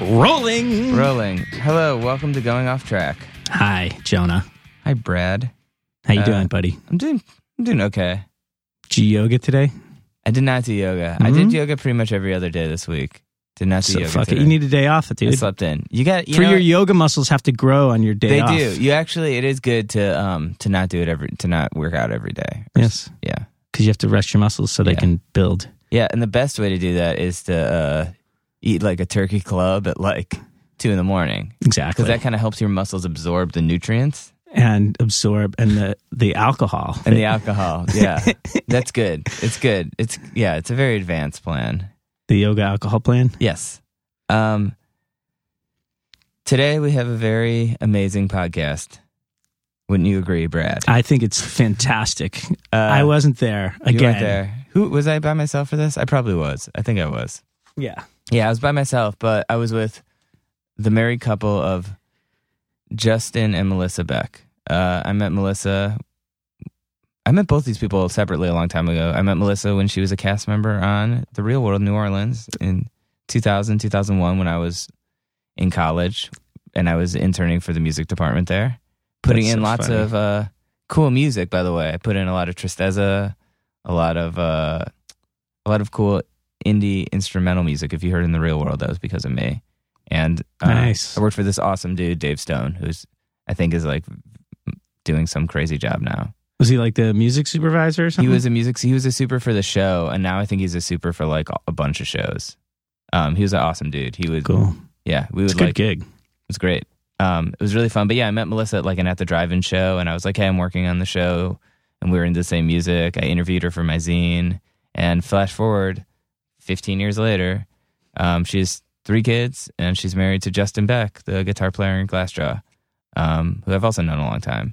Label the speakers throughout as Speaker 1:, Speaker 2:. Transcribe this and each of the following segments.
Speaker 1: Rolling.
Speaker 2: Rolling. Hello, welcome to Going Off Track.
Speaker 1: Hi, Jonah.
Speaker 2: Hi, Brad.
Speaker 1: How you
Speaker 2: Uh,
Speaker 1: doing, buddy?
Speaker 2: I'm doing I'm doing okay.
Speaker 1: G yoga today?
Speaker 2: I did not do yoga. I did yoga pretty much every other day this week. Did not
Speaker 1: Mm-hmm.
Speaker 2: do
Speaker 1: So
Speaker 2: yoga.
Speaker 1: fuck
Speaker 2: today.
Speaker 1: it. You need a day off, dude.
Speaker 2: I slept in. You got you
Speaker 1: For
Speaker 2: know
Speaker 1: your
Speaker 2: what?
Speaker 1: yoga muscles have to grow on your day
Speaker 2: They
Speaker 1: off.
Speaker 2: do. You actually it is good to um to not do it every to not work out every day.
Speaker 1: Yes,
Speaker 2: Yeah.
Speaker 1: because you have to rest your muscles so they
Speaker 2: Yeah.
Speaker 1: can build.
Speaker 2: Yeah, and the best way to do that is to uh eat like a turkey club at like two in the morning.
Speaker 1: Exactly.
Speaker 2: Because that kind of helps your muscles absorb the nutrients
Speaker 1: and absorb and the, the alcohol.
Speaker 2: and the alcohol. Yeah, that's good. It's good. It's yeah. It's a very advanced plan.
Speaker 1: the yoga alcohol plan.
Speaker 2: Yes. Um. Today we have a very amazing podcast. Wouldn't you agree, Brad?
Speaker 1: I think it's fantastic.
Speaker 2: Uh,
Speaker 1: I wasn't there
Speaker 2: You
Speaker 1: again.
Speaker 2: weren't there. Who was I by myself for this? I probably was. I think I was.
Speaker 1: Yeah.
Speaker 2: Yeah, I was by myself, but I was with the married couple of Justin and Melissa Beck. Uh, I met Melissa. I met both these people separately a long time ago. I met Melissa when she was a cast member on The Real World New Orleans in 2000, 2001 when I was in college and I was interning for the music department there. Putting
Speaker 1: That's
Speaker 2: in
Speaker 1: so
Speaker 2: lots
Speaker 1: funny.
Speaker 2: of uh, cool music, by the way. I put in a lot of Tristeza, a lot of uh, a lot of cool indie instrumental music. If you heard in the real world, that was because of me. And uh,
Speaker 1: Nice.
Speaker 2: I worked for this awesome dude, Dave Stone, who's I think is like doing some crazy job now.
Speaker 1: Was he like the music supervisor or something?
Speaker 2: He was a music. He was a super for the show, and now I think he's a super for like a bunch of shows. Um, he was an awesome dude. He was
Speaker 1: cool.
Speaker 2: yeah. We
Speaker 1: It's
Speaker 2: would
Speaker 1: a good
Speaker 2: like
Speaker 1: gig.
Speaker 2: it was great. Um, it was really fun. But yeah, I met Melissa at like an at the drive-in show, and I was like, "Hey, I'm working on the show," and we were into the same music. I interviewed her for my zine, and flash forward, 15 years later, um, she has three kids, and she's married to Justin Beck, the guitar player in Glassjaw, um, who I've also known a long time.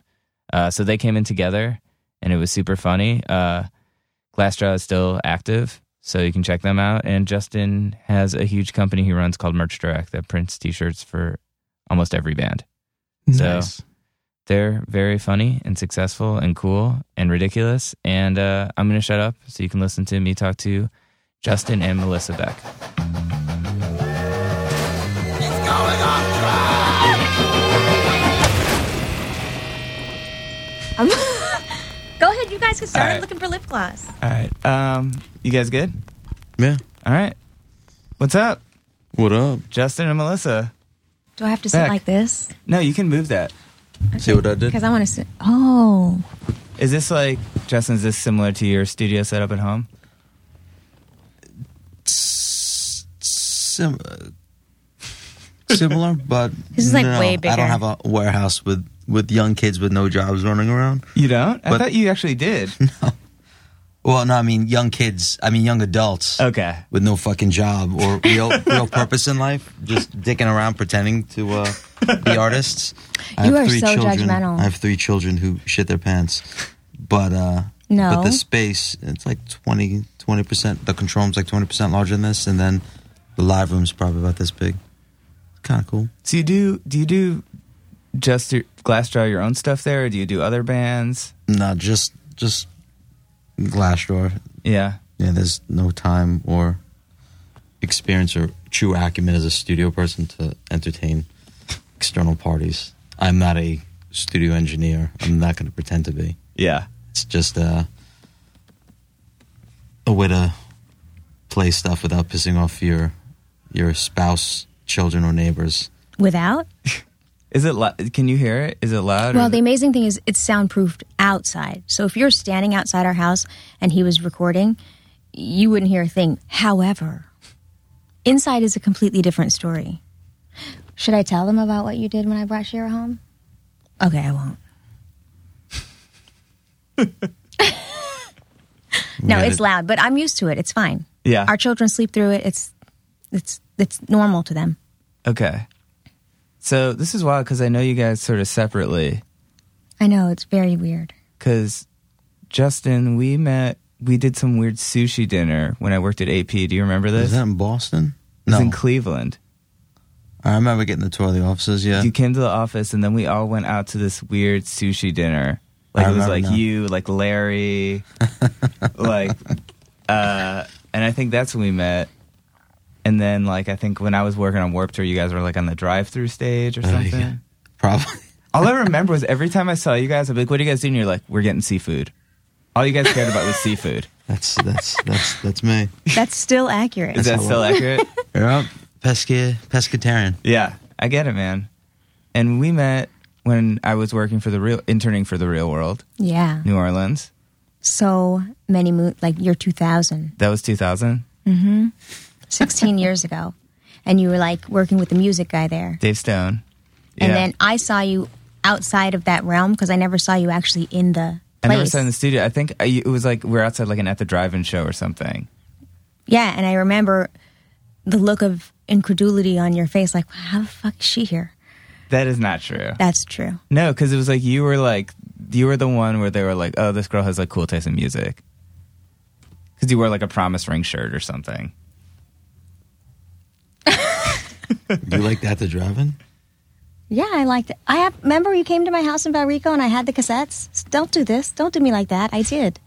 Speaker 2: Uh, so they came in together, and it was super funny. Uh, Glassjaw is still active, so you can check them out. And Justin has a huge company he runs called Merch Direct that prints T-shirts for almost every band. So-
Speaker 1: nice.
Speaker 2: They're very funny and successful and cool and ridiculous. And uh, I'm going to shut up so you can listen to me talk to Justin and Melissa Beck.
Speaker 3: Um, go ahead, you guys can start.
Speaker 2: All
Speaker 3: I'm
Speaker 2: right.
Speaker 3: looking for lip gloss.
Speaker 2: All right. Um, you guys good?
Speaker 4: Yeah.
Speaker 2: All right. What's up,
Speaker 4: What up?
Speaker 2: Justin and Melissa?
Speaker 3: Do I have to sit
Speaker 2: Back.
Speaker 3: like this?
Speaker 2: No, you can move that.
Speaker 4: See what I did?
Speaker 3: Because I want to sit. Oh,
Speaker 2: Is this like, Justin, is this similar to your studio setup at home?
Speaker 4: Sim- uh, similar, but
Speaker 3: This is, like,
Speaker 4: no,
Speaker 3: way
Speaker 4: I
Speaker 3: bigger.
Speaker 4: don't have a warehouse with with young kids with no jobs running around.
Speaker 2: You don't? I
Speaker 4: But-
Speaker 2: thought you actually did.
Speaker 4: Well, no, I mean young kids. I mean young adults
Speaker 2: okay.
Speaker 4: with no fucking job or real real purpose in life, just dicking around pretending to uh, be artists. I
Speaker 3: You
Speaker 4: have
Speaker 3: are
Speaker 4: three
Speaker 3: so
Speaker 4: children.
Speaker 3: judgmental.
Speaker 4: I have three children who shit their pants, but uh,
Speaker 3: No.
Speaker 4: but the space it's like 20 percent. The control room's like twenty percent larger than this, and then the live room's probably about this big. Kind of cool.
Speaker 2: So you do, do you do just your glass draw your own stuff there or do you do other bands?
Speaker 4: No, just just glass door.
Speaker 2: Yeah.
Speaker 4: Yeah, there's no time or experience or true acumen as a studio person to entertain external parties. I'm not a studio engineer. I'm not going to pretend to be.
Speaker 2: Yeah.
Speaker 4: It's just uh, a way to play stuff without pissing off your your spouse, children, or neighbors.
Speaker 3: without?
Speaker 2: Is it? Lo- can you hear it? Is it loud? or-
Speaker 3: Well, the amazing thing is it's soundproofed outside. So if you're standing outside our house and he was recording, you wouldn't hear a thing. However, inside is a completely different story. Should I tell them about what you did when I brought Shira home? Okay, I won't. no,
Speaker 4: Yeah,
Speaker 3: it's
Speaker 4: that-
Speaker 3: loud, but I'm used to it. It's fine.
Speaker 2: yeah.
Speaker 3: Our children sleep through it. It's it's it's normal to them.
Speaker 2: okay. So this is wild because I know you guys sort of separately.
Speaker 3: I know it's very weird.
Speaker 2: Because Justin, we met. We did some weird sushi dinner when I worked at AP. Do you remember this?
Speaker 4: Is that in Boston?
Speaker 2: It was
Speaker 4: No,
Speaker 2: in Cleveland.
Speaker 4: I remember getting the tour of the offices. Yeah,
Speaker 2: You came to the office, and then we all went out to this weird sushi dinner. Like
Speaker 4: I
Speaker 2: it was
Speaker 4: remember
Speaker 2: like
Speaker 4: now.
Speaker 2: you, like Larry, like, uh, and I think that's when we met. And then like I think when I was working on Warp Tour, you guys were like on the drive-through stage or
Speaker 4: Oh, yeah.
Speaker 2: something.
Speaker 4: Probably.
Speaker 2: All I remember was every time I saw you guys, I'd be like, "What are you guys doing?" You're like, "We're getting seafood." All you guys cared about was seafood.
Speaker 4: That's that's that's that's me.
Speaker 3: That's still accurate.
Speaker 2: Is that
Speaker 4: how
Speaker 2: still accurate?
Speaker 4: Yeah. Pesca pescatarian.
Speaker 2: yeah, I get it, man. And we met when I was working for the real, interning for the Real World,
Speaker 3: yeah.
Speaker 2: New Orleans.
Speaker 3: So many moons, like year 2000.
Speaker 2: That was 2000.
Speaker 3: 16 years ago and you were like working with the music guy there
Speaker 2: Dave Stone.
Speaker 3: and
Speaker 2: Yeah.
Speaker 3: then i saw you outside of that realm because i never saw you actually in the
Speaker 2: I
Speaker 3: place
Speaker 2: never saw in the studio. I think I, it was like we are outside like an at the drive-in show or something.
Speaker 3: yeah and i remember the look of incredulity on your face like how the fuck is she here
Speaker 2: That is not true.
Speaker 3: that's true
Speaker 2: No, because it was like you were like you were the one where they were like, "Oh, this girl has like cool taste in music," because you wore like a promise ring shirt or something.
Speaker 4: You like that to driving?
Speaker 3: yeah i liked it i have remember you came to my house in valrico and i had the cassettes don't do this don't do me like that i did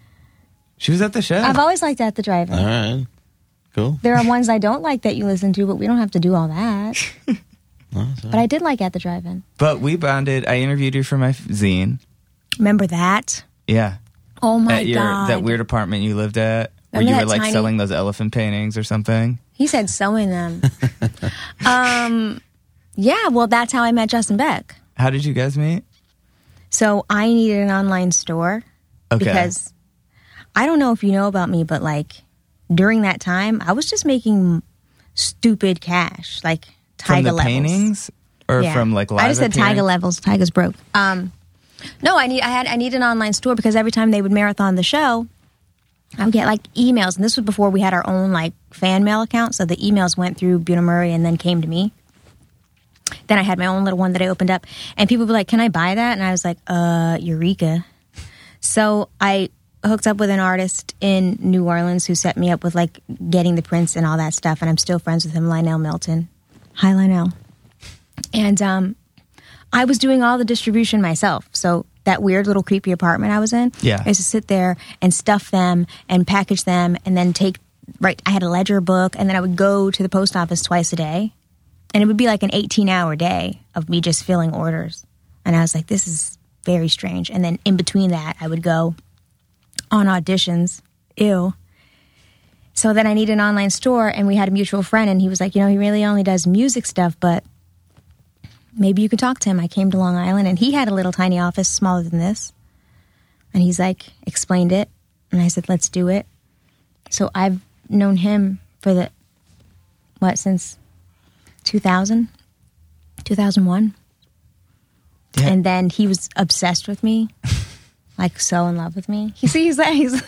Speaker 2: She was at the show.
Speaker 3: i've always liked that at the drive
Speaker 4: All right. Cool.
Speaker 3: there are ones I don't like that you listen to, but we don't have to do all that.
Speaker 4: Oh, that's all
Speaker 3: But I did like At the Drive In.
Speaker 2: but we bonded. I interviewed you for my f- zine.
Speaker 3: Remember that?
Speaker 2: Yeah,
Speaker 3: Oh my
Speaker 2: at your
Speaker 3: God.
Speaker 2: that weird apartment you lived at, where
Speaker 3: Remember
Speaker 2: you were
Speaker 3: that
Speaker 2: like
Speaker 3: tiny-
Speaker 2: selling those elephant paintings or something.
Speaker 3: He said sewing them. um, yeah, well, that's how I met Justin Beck.
Speaker 2: How did you guys meet?
Speaker 3: So I needed an online store
Speaker 2: Okay.
Speaker 3: because I don't know if you know about me, but like during that time, I was just making stupid cash, like
Speaker 2: from
Speaker 3: Tiger
Speaker 2: the
Speaker 3: levels.
Speaker 2: paintings or
Speaker 3: Yeah.
Speaker 2: from like live
Speaker 3: I just said Tiger
Speaker 2: appearance?
Speaker 3: levels. Tiger's broke. Um, no, I need I had I need an online store because every time they would marathon the show, I would get like emails, and this was before we had our own like fan mail account, so the emails went through Buna Murray and then came to me. Then I had my own little one that I opened up, and people were like, "Can I buy that?" And I was like, "Uh, Eureka!" So I hooked up with an artist in New Orleans who set me up with like getting the prints and all that stuff, and I'm still friends with him, Lionel Milton. Hi, Lionel. And um, I was doing all the distribution myself. So that weird little creepy apartment I was in,
Speaker 2: Yeah.
Speaker 3: I used to sit there and stuff them and package them and then take right. I had a ledger book, and then I would go to the post office twice a day, and it would be like an eighteen-hour day of me just filling orders. And I was like, this is very strange. And then in between that, I would go on auditions. Ew. So then I needed an online store, and we had a mutual friend, and he was like, you know, he really only does music stuff, but maybe you could talk to him. I came to Long Island and he had a little tiny office smaller than this. And he's like, explained it. And I said, let's do it. So I've known him for the, what, since 2000, 2001.
Speaker 2: Yeah.
Speaker 3: And then he was obsessed with me, like so in love with me. He see, he's like, he's,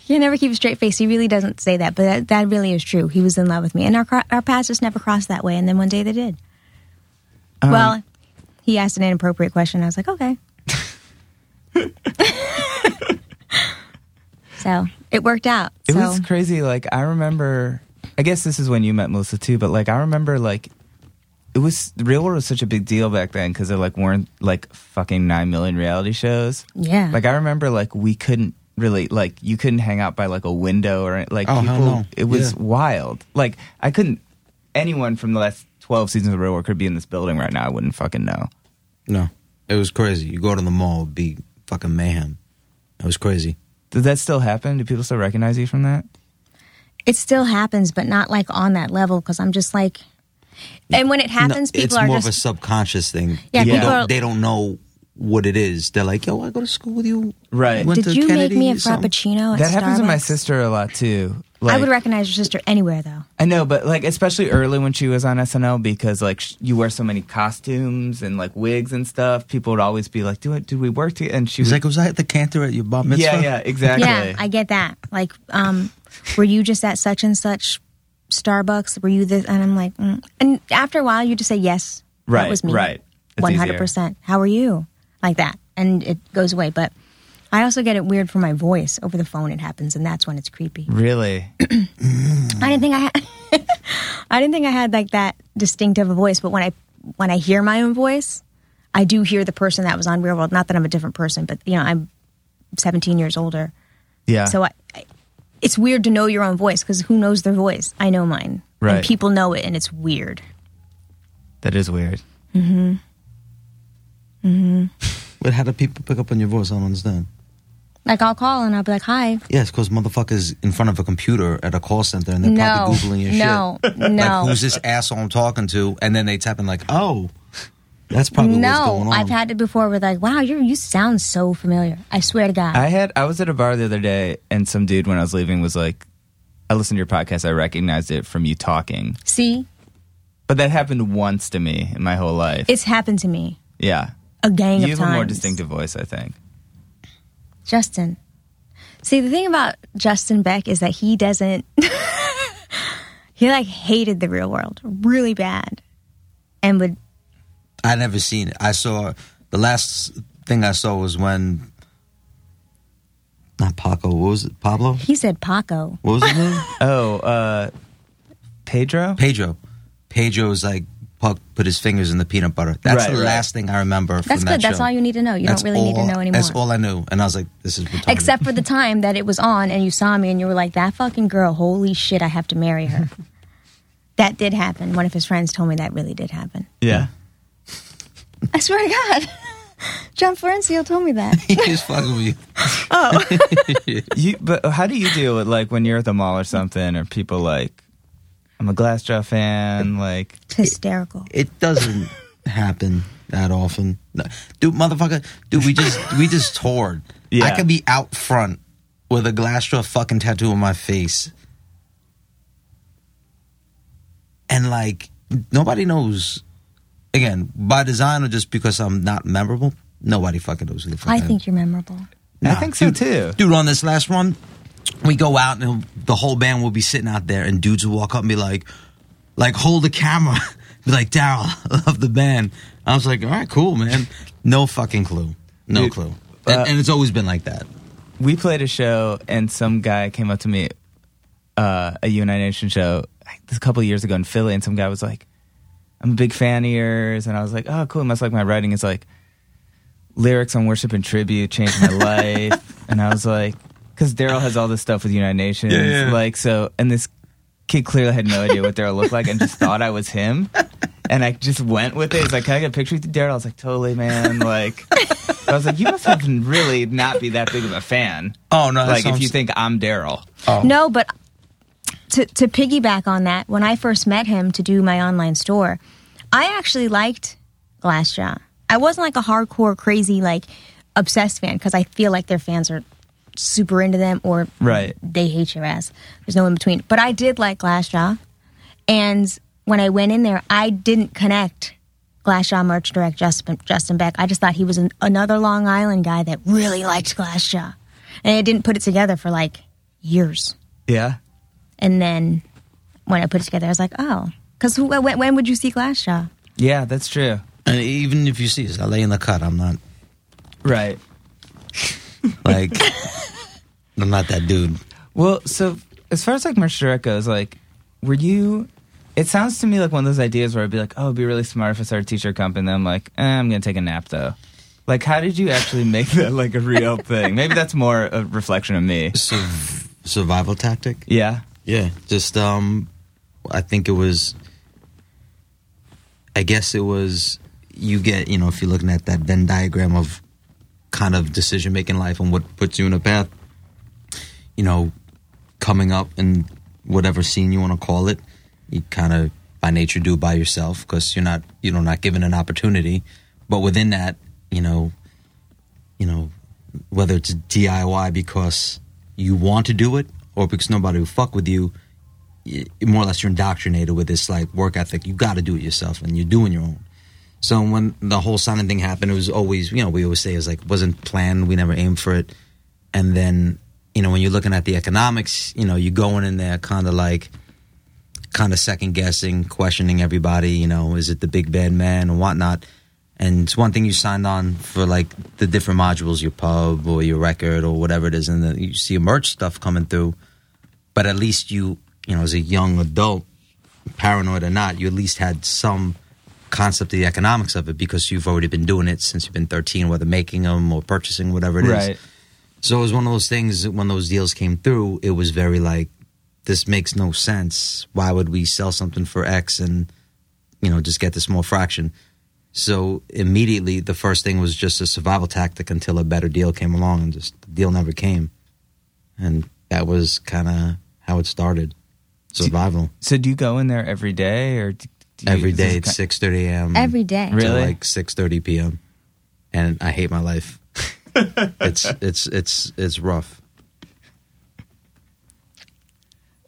Speaker 3: he never keep a straight face. He really doesn't say that, but that, that really is true. He was in love with me. And our, cro- our paths just never crossed that way. And then one day they did.
Speaker 2: Um,
Speaker 3: Well, he asked an inappropriate question. I was like, okay. so it worked out.
Speaker 2: It
Speaker 3: so
Speaker 2: was crazy. Like I remember, I guess this is when you met Melissa too. But like I remember, like it was Real World was such a big deal back then because there like weren't like fucking nine million reality shows.
Speaker 3: yeah.
Speaker 2: Like I remember, like we couldn't really like you couldn't hang out by like a window or like
Speaker 4: Oh, hell
Speaker 2: people.
Speaker 4: no.
Speaker 2: It was
Speaker 4: Yeah.
Speaker 2: wild. Like I couldn't. Anyone from the last twelve seasons of Real World could be in this building right now. I wouldn't fucking know.
Speaker 4: No. It was crazy. You go to the mall, it'd be fucking mayhem. It was crazy.
Speaker 2: Does that still happen? Do people still recognize you from that?
Speaker 3: it still happens, but not like on that level because I'm just like, and when it happens,
Speaker 4: No,
Speaker 3: people
Speaker 4: it's
Speaker 3: are
Speaker 4: more
Speaker 3: just
Speaker 4: of a subconscious thing.
Speaker 3: Yeah,
Speaker 4: people
Speaker 2: people
Speaker 4: don't,
Speaker 3: are-
Speaker 4: they don't know what it is. They're like, "Yo, I go to school with you."
Speaker 2: Right.
Speaker 4: Went to
Speaker 3: Did you
Speaker 4: Kennedy,
Speaker 3: make me a
Speaker 4: something."
Speaker 3: frappuccino? At
Speaker 2: that happens to my
Speaker 3: Starbucks?"
Speaker 2: sister a lot too.
Speaker 3: I would
Speaker 2: Like-
Speaker 3: recognize your sister anywhere, though.
Speaker 2: I know, but like especially early when she was on SNL because like sh- you wear so many costumes and like wigs and stuff. People would always be like, "Do it? Do we work together?" And she
Speaker 4: He's
Speaker 2: was
Speaker 4: like, "Was I at the cantor at your bar mitzvah?"
Speaker 2: "Yeah, yeah, exactly."
Speaker 3: Yeah, I get that. Like, um, were you just at such and such Starbucks? Were you this? And I'm like, mm. and after a while, you just say yes.
Speaker 2: Right,
Speaker 3: that was me.
Speaker 2: right. It's
Speaker 3: one hundred percent. How are you? Like that, and it goes away. But I also get it weird for my voice over the phone. It happens, and that's when it's creepy.
Speaker 2: really.
Speaker 3: I didn't think I had. I didn't think I had like that distinctive a voice, but when I when I hear my own voice, I do hear the person that was on Real World. Not that I'm a different person, but you know, I'm 17 years older.
Speaker 2: Yeah.
Speaker 4: Ah.
Speaker 3: So I, I, it's weird to know your own voice because who knows their voice? I know mine.
Speaker 2: Right.
Speaker 3: and people know it, and it's weird.
Speaker 2: that is weird.
Speaker 4: But how do people pick up on your voice? I don't understand.
Speaker 3: Like I'll call and I'll be like, "Hi."
Speaker 4: Yes, because motherfuckers in front of a computer at a call center and they're
Speaker 3: no,
Speaker 4: probably googling your
Speaker 3: no,
Speaker 4: shit.
Speaker 3: no,
Speaker 4: Like, who's this asshole I'm talking to? And then they tap in like, oh, that's probably
Speaker 3: no.
Speaker 4: what's going on.
Speaker 3: I've had it before. With like, wow, you you sound so familiar. I swear to God.
Speaker 4: Ah.
Speaker 2: I had I was at a bar the other day and some dude when I was leaving was like I listened to your podcast, I recognized it from you talking.
Speaker 3: See,
Speaker 2: But that happened once to me in my whole life.
Speaker 3: it's happened to me
Speaker 2: yeah.
Speaker 3: a gang
Speaker 2: You
Speaker 3: of
Speaker 2: have
Speaker 3: times.
Speaker 2: a more distinctive voice, I think.
Speaker 3: Justin. See, the thing about Justin Beck is that he doesn't. he like hated the real world really bad, and would
Speaker 4: I never seen it. I saw the last thing I saw was when not Paco. What was it? Pablo?
Speaker 3: he said Paco.
Speaker 4: What was his name?
Speaker 2: Oh, uh Pedro?
Speaker 4: Pedro. Pedro's like Puck put his fingers in the peanut butter. That's
Speaker 2: Right,
Speaker 4: the
Speaker 2: right.
Speaker 4: last thing I remember from
Speaker 3: That's
Speaker 4: that
Speaker 3: good. That's
Speaker 4: show.
Speaker 3: all you need to know. You
Speaker 4: That's
Speaker 3: don't really need
Speaker 4: all-
Speaker 3: to know anymore.
Speaker 4: That's all I knew, and I was like, "This is retarded."
Speaker 3: Except for the time that it was on and you saw me and you were like, that fucking girl, holy shit, I have to marry her. that did happen. One of his friends told me that really did happen.
Speaker 2: Yeah.
Speaker 3: I swear to God. John Florencio told me that.
Speaker 4: he's fucking with you.
Speaker 2: You but how do you deal with like when you're at the mall or something or people like I'm a Glassjaw fan, like
Speaker 3: Hysterical.
Speaker 4: It doesn't happen that often, no. dude. Motherfucker, dude. We just we just toured.
Speaker 2: Yeah.
Speaker 4: I could be out front with a glass jaw fucking tattoo on my face, and like nobody knows. Again, by design or just because I'm not memorable, nobody fucking knows who the fuck
Speaker 3: I
Speaker 4: am.
Speaker 3: think you're memorable.
Speaker 2: I
Speaker 4: Nah,
Speaker 2: think so
Speaker 4: dude,
Speaker 2: too.
Speaker 4: Dude, on this last one, we go out and the whole band will be sitting out there, and dudes will walk up and be like, like hold the camera, be like Daryl of the band. I was like, all right, cool, man. No fucking clue, no
Speaker 2: Dude,
Speaker 4: clue. And,
Speaker 2: uh,
Speaker 4: and it's always been like that.
Speaker 2: we played a show and some guy came up to me uh, a United Nation show a couple of years ago in Philly and some guy was like I'm a big fan of yours and I was like oh cool he must like my writing it's like lyrics on worship and tribute changed my life and I was like because Daryl has all this stuff with United Nations
Speaker 4: Yeah, yeah.
Speaker 2: like so and this kid clearly had no idea what Daryl looked like and just thought I was him and I just went with it. It's like, can I get a picture with you, Daryl? I was like, totally, man. Like, I was like, you must have really not be that big of a fan.
Speaker 4: Oh no,
Speaker 2: Like, if you think I'm Daryl,
Speaker 4: Um,
Speaker 3: No, but to, to piggyback on that, when I first met him to do my online store, I actually liked Glassjaw. I wasn't like a hardcore, crazy, like obsessed fan because I feel like their fans are super into them or
Speaker 2: Right.
Speaker 3: they hate your ass. There's no in between. But I did like Glassjaw. And when I went in there, I didn't connect Glassjaw merch direct Justin, Justin Beck. I just thought he was an, another Long Island guy that really liked Glassjaw. And I didn't put it together for like years.
Speaker 2: yeah,
Speaker 3: And then when I put it together, I was like, oh, because when, when would you see
Speaker 2: Mm.
Speaker 3: Glassjaw?
Speaker 2: yeah, that's true.
Speaker 4: and even if you see us, I lay in the cut. I'm not
Speaker 2: Right.
Speaker 4: like, I'm not that dude.
Speaker 2: Well, so as far as like merch direct goes, like, were you? It sounds to me like one of those ideas where I'd be like, oh, it'd be really smart if I started a t-shirt company. And then I'm like, eh, I'm gonna take a nap though. Like, how did you actually make that like a real thing? Maybe that's more a reflection of me.
Speaker 4: Surv- survival tactic.
Speaker 2: Yeah.
Speaker 4: Yeah, just um, I think it was. I guess it was you get you know if you're looking at that Venn diagram of kind of decision making life and what puts you in a path, you know, coming up in whatever scene you want to call it, you kind of by nature do it by yourself because you're not you know not given an opportunity, but within that you know, you know, whether it's DIY because you want to do it or because nobody will fuck with you, y- more or less you're indoctrinated with this like work ethic. You got to do it yourself, and you're doing your own. So when the whole signing thing happened, it was always you know we always say it was like wasn't planned. We never aimed for it, and then you know when you're looking at the economics, you know you're going in there kind of like kind of second guessing, questioning everybody. You know, is it the big bad man or whatnot? And it's one thing you signed on for like the different modules, your pub or your record or whatever it is, and then you see merch stuff coming through. But at least you, you know, as a young adult, paranoid or not, you at least had some concept of the economics of it because you've already been doing it since you've been 13, whether making them or purchasing, whatever it is.
Speaker 2: Right.
Speaker 4: So it was one of those things that when those deals came through, it was very like, this makes no sense. Why would we sell something for X and you know just get this small fraction? So immediately the first thing was just a survival tactic until a better deal came along, and just the deal never came, and that was kind of how it started. Survival
Speaker 2: So do you go in there every day or d- do you,
Speaker 4: every
Speaker 2: is this
Speaker 4: day
Speaker 2: ki-
Speaker 4: at six thirty a.m.
Speaker 3: every day.
Speaker 2: Really?
Speaker 4: to like six thirty p.m. and I hate my life. it's it's it's it's rough.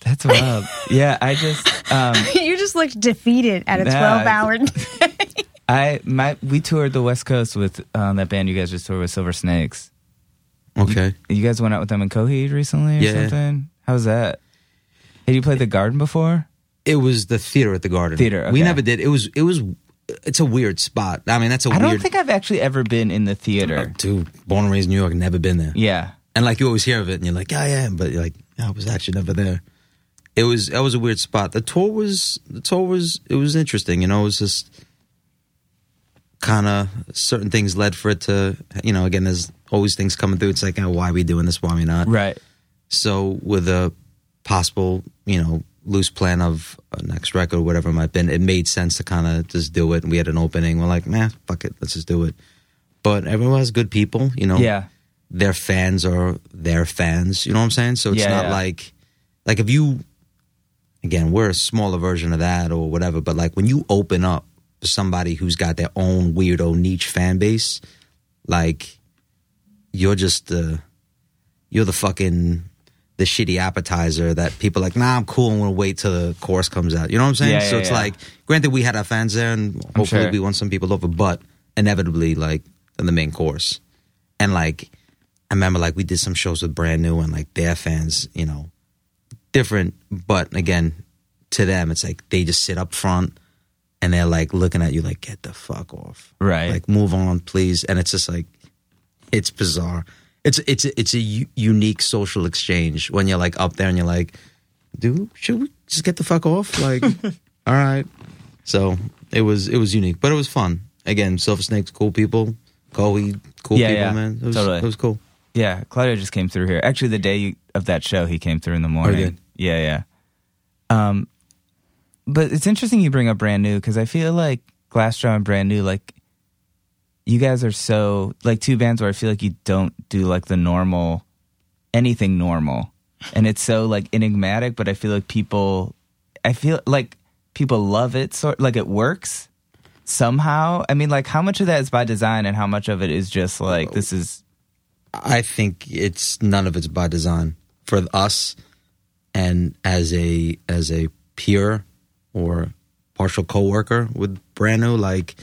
Speaker 2: That's wild. yeah, I just um,
Speaker 3: you just looked defeated at a
Speaker 2: Nah,
Speaker 3: 12 hour.
Speaker 2: I my we toured the West Coast with um, that band you guys just toured with Silver Snakes.
Speaker 4: Okay.
Speaker 2: You guys went out with them in Coheed recently or
Speaker 4: Yeah.
Speaker 2: something? How was that? Had you played the Garden before?
Speaker 4: It was the theater at the Garden.
Speaker 2: Theater, okay.
Speaker 4: We never did. It was. It was. It's a weird spot. I mean, that's a
Speaker 2: I
Speaker 4: weird. Oh,
Speaker 2: don't think I've actually ever been in the theater.
Speaker 4: Dude, born and raised in New York, never been there.
Speaker 2: Yeah.
Speaker 4: And like you always hear of it, and you're like, yeah, yeah, but you're like, I was actually never there. It was. That was a weird spot. The tour was. The tour was. It was interesting. You know, it was just kind of certain things led for it to. You know, again, there's always things coming through. It's like, oh, why are we doing this? Why are we not?
Speaker 2: Right.
Speaker 4: So with a possible, you know, loose plan of a next record, whatever it might have been, it made sense to kind of just do it. And we had an opening. We're like, nah, fuck it, let's just do it. But everyone has good people, you know.
Speaker 2: Yeah.
Speaker 4: Their fans are their fans. You know what I'm saying? So it's
Speaker 2: Yeah,
Speaker 4: not
Speaker 2: yeah.
Speaker 4: like, like if you, again, we're a smaller version of that or whatever. But like when you open up to somebody who's got their own weirdo niche fan base, like you're just the you're the fucking the shitty appetizer that people are like nah i'm cool i'm gonna wait till the chorus comes out you know what i'm saying
Speaker 2: Yeah,
Speaker 4: so
Speaker 2: yeah,
Speaker 4: it's
Speaker 2: yeah.
Speaker 4: like granted we had our fans there and hopefully
Speaker 2: sure.
Speaker 4: we won some people over but inevitably like in the main course and like i remember like we did some shows with brand new and like their fans you know different but again to them it's like they just sit up front and they're like looking at you like get the fuck off
Speaker 2: Right.
Speaker 4: like move on please and it's just like it's bizarre it's it's it's a u- unique social exchange when you're like up there and you're like dude should we just get the fuck off like all right so it was it was unique but it was fun again silver snakes cool people Coheed, cool
Speaker 2: Yeah,
Speaker 4: people
Speaker 2: yeah.
Speaker 4: man it was,
Speaker 2: Totally.
Speaker 4: it was cool
Speaker 2: Yeah. Claudio just came through here. Actually, the day of that show, he came through in the morning.
Speaker 4: did?
Speaker 2: Yeah. Yeah. Um, but it's interesting you bring up brand new because I feel like Glassjaw and brand new, like you guys are so like two bands where I feel like you don't do like the normal anything normal, and it's so like enigmatic. But I feel like people, I feel like people love it. Sort like it works somehow. I mean, like how much of that is by design and how much of it is just like this is
Speaker 4: I think it's none of it's by design for us, and as a as a peer or partial coworker with Brando, like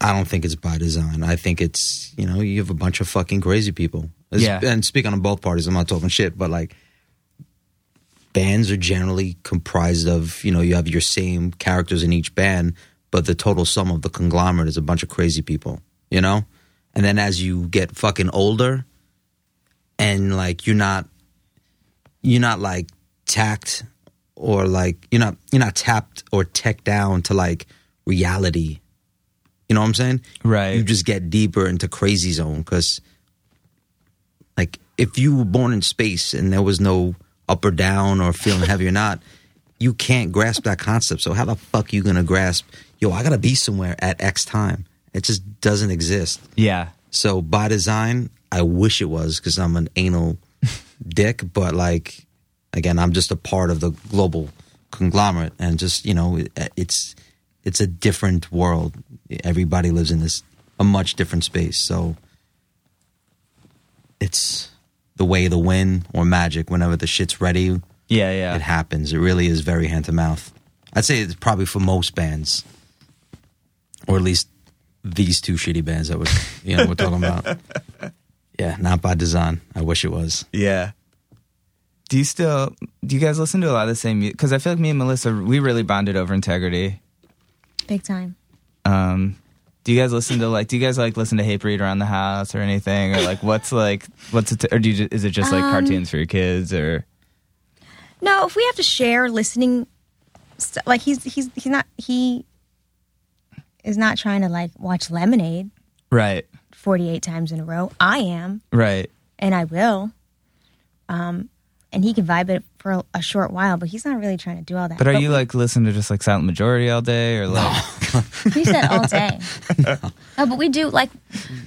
Speaker 4: I don't think it's by design. I think it's you know you have a bunch of fucking crazy people. It's-
Speaker 2: Yeah.
Speaker 4: And speaking on both parties, I'm not talking shit, but like bands are generally comprised of you know you have your same characters in each band but the total sum of the conglomerate is a bunch of crazy people you know and then as you get fucking older and like you're not you're not like tacked or like you're not you're not tapped or tech down to like reality you know what i'm saying
Speaker 2: Right.
Speaker 4: you just get deeper into crazy zone because like if you were born in space and there was no up or down or feeling heavy or not you can't grasp that concept so how the fuck you gonna grasp yo i gotta be somewhere at x time it just doesn't exist
Speaker 2: yeah.
Speaker 4: so by design, I wish it was because I'm an anal dick, but like again, I'm just a part of the global conglomerate, and just you know, it- uh, it's it's a different world. Everybody lives in this a much different space, so it's the way the win or magic. Whenever the shit's ready,
Speaker 2: Yeah, yeah.
Speaker 4: it happens. It really is very hand to mouth. I'd say it's probably for most bands, or at least these two shitty bands that we're you know we're talking about. Yeah, not by design. I wish it was.
Speaker 2: Yeah. Do you still do you guys listen to a lot of the same music? Because I feel like me and Melissa we really bonded over integrity.
Speaker 3: Big time.
Speaker 2: Um, do you guys listen to like do you guys like listen to Hate Breed around the house or anything or like what's like what's it or do you ju- is it just
Speaker 4: Um,
Speaker 2: like cartoons for your kids or
Speaker 3: No, if we have to share listening, st- like he's he's he's not he is not trying to like watch Lemonade
Speaker 2: right
Speaker 3: forty eight times in a row. I am,
Speaker 2: right
Speaker 3: and I will. Um, and he can vibe it for a, a short while, but he's not really trying to do all that.
Speaker 2: But are you like listen to just like Silent Majority all day or like
Speaker 3: You said all day. no, but we do like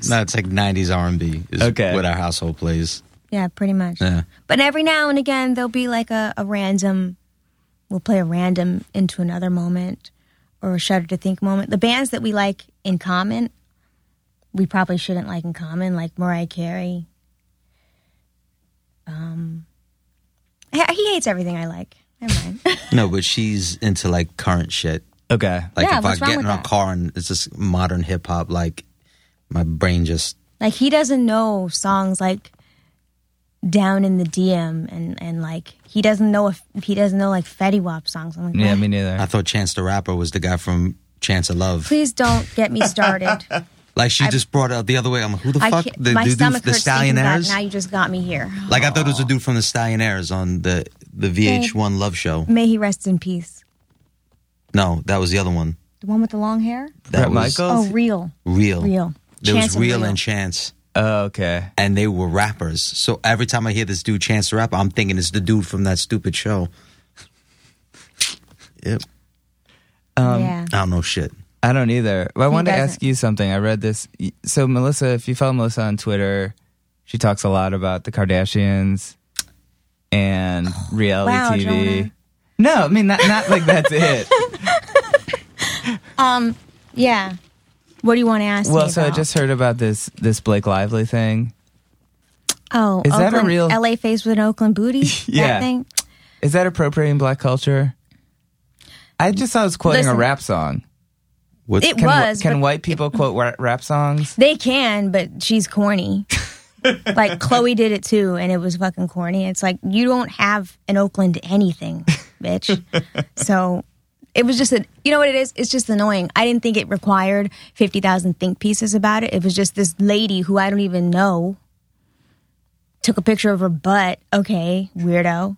Speaker 4: No, it's like '90s R&B is
Speaker 2: Okay.
Speaker 4: what our household plays.
Speaker 3: yeah, pretty much.
Speaker 4: Yeah.
Speaker 3: But every now and again, there'll be like a, a random. We'll play a random into another moment, or a shudder to think moment. The bands that we like in common, we probably shouldn't like in common, like Mariah Carey. Um, he, he hates everything I like. Never mind.
Speaker 4: No, but she's into like current shit.
Speaker 2: Okay.
Speaker 4: Like
Speaker 3: Yeah,
Speaker 4: if I
Speaker 3: what's wrong
Speaker 4: get in
Speaker 3: with
Speaker 4: a
Speaker 3: that?
Speaker 4: car and it's just modern hip hop, like my brain just
Speaker 3: Like he doesn't know songs like "Down in the DM" and and like he doesn't know if he doesn't know like Fetty Wap songs. I'm like,
Speaker 2: Yeah,
Speaker 3: "Ah,
Speaker 2: me neither.
Speaker 4: I thought Chance the Rapper was the guy from Chance of Love.
Speaker 3: please don't get me started.
Speaker 4: Like she just brought it up the other way. I'm like, who the fuck?
Speaker 3: can't-
Speaker 4: The,
Speaker 3: my
Speaker 4: the dude,
Speaker 3: stomach
Speaker 4: the
Speaker 3: hurts thinking about it.
Speaker 4: Stallionaires?
Speaker 3: Now you just got me here.
Speaker 4: Like I thought it was a dude from the Stallionaires on the the VH1 Love Show.
Speaker 3: May he rest in peace.
Speaker 4: No, that was the other one.
Speaker 3: The one with the long hair.
Speaker 4: That
Speaker 2: Bret
Speaker 4: was
Speaker 2: Michaels?
Speaker 3: Oh, real,
Speaker 4: real.
Speaker 3: real.
Speaker 4: There
Speaker 3: Chance
Speaker 4: was
Speaker 3: and
Speaker 4: real,
Speaker 3: Real.
Speaker 4: and Chance,
Speaker 2: Oh, okay.
Speaker 4: and they were rappers. So every time I hear this dude Chance the Rapper, I'm thinking it's the dude from that stupid show. Yep.
Speaker 3: yeah.
Speaker 4: I don't know shit.
Speaker 2: I don't either. But I
Speaker 3: He
Speaker 2: wanted to
Speaker 3: doesn't.
Speaker 2: ask you something. I read this. So Melissa, if you follow Melissa on Twitter, she talks a lot about the Kardashians and reality
Speaker 3: Oh, Wow,
Speaker 2: TV.
Speaker 3: Jonah.
Speaker 2: No, I mean not not like that's it.
Speaker 3: Yeah. What do you want to ask
Speaker 2: well,
Speaker 3: me
Speaker 2: so I
Speaker 3: about?
Speaker 2: just heard about this this Blake Lively thing.
Speaker 3: oh,
Speaker 2: Is that a
Speaker 3: Oakland,
Speaker 2: real-
Speaker 3: LA face with an Oakland booty?
Speaker 2: Yeah.
Speaker 3: That thing?
Speaker 2: Is that appropriating black culture? I just thought it was quoting a
Speaker 3: Listen.
Speaker 2: rap song.
Speaker 4: What?
Speaker 3: It
Speaker 2: Can, wh-
Speaker 3: was.
Speaker 2: can
Speaker 3: but
Speaker 2: white people quote ra- rap songs?
Speaker 3: They can, but she's corny. like Chloe did it too, and it was fucking corny. It's like you don't have an Oakland anything, bitch. so it was just a you know what it is? It's just annoying. I didn't think it required fifty thousand think pieces about it. It was just this lady who I don't even know took a picture of her butt. Okay, weirdo.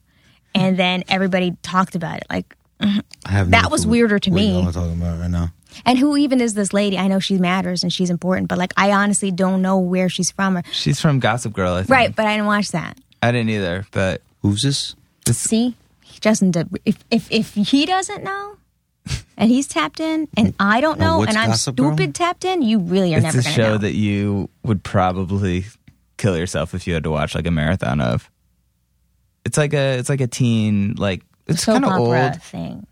Speaker 3: And then everybody talked about it. Like,
Speaker 4: I have
Speaker 3: that was weirder to me.
Speaker 4: I'm talking about right now.
Speaker 3: and who even is this lady? I know she matters and she's important, but like, I honestly don't know where she's from or
Speaker 2: She's from Gossip Girl, I think.
Speaker 3: Right, but I didn't watch that.
Speaker 2: I didn't either, but
Speaker 4: Who's this?
Speaker 3: See, Justin, did, if if if he doesn't know, and he's tapped in, and I don't
Speaker 4: Oh,
Speaker 3: know,
Speaker 4: what's
Speaker 3: and I'm
Speaker 4: Gossip Girl?
Speaker 3: stupid tapped in, you really are
Speaker 2: it's
Speaker 3: never
Speaker 2: a
Speaker 3: going to
Speaker 2: show
Speaker 3: know.
Speaker 2: that you would probably kill yourself if you had to watch like a marathon of. It's like a it's like a teen like it's
Speaker 3: soap
Speaker 2: kind of
Speaker 3: opera
Speaker 2: old.
Speaker 3: thing.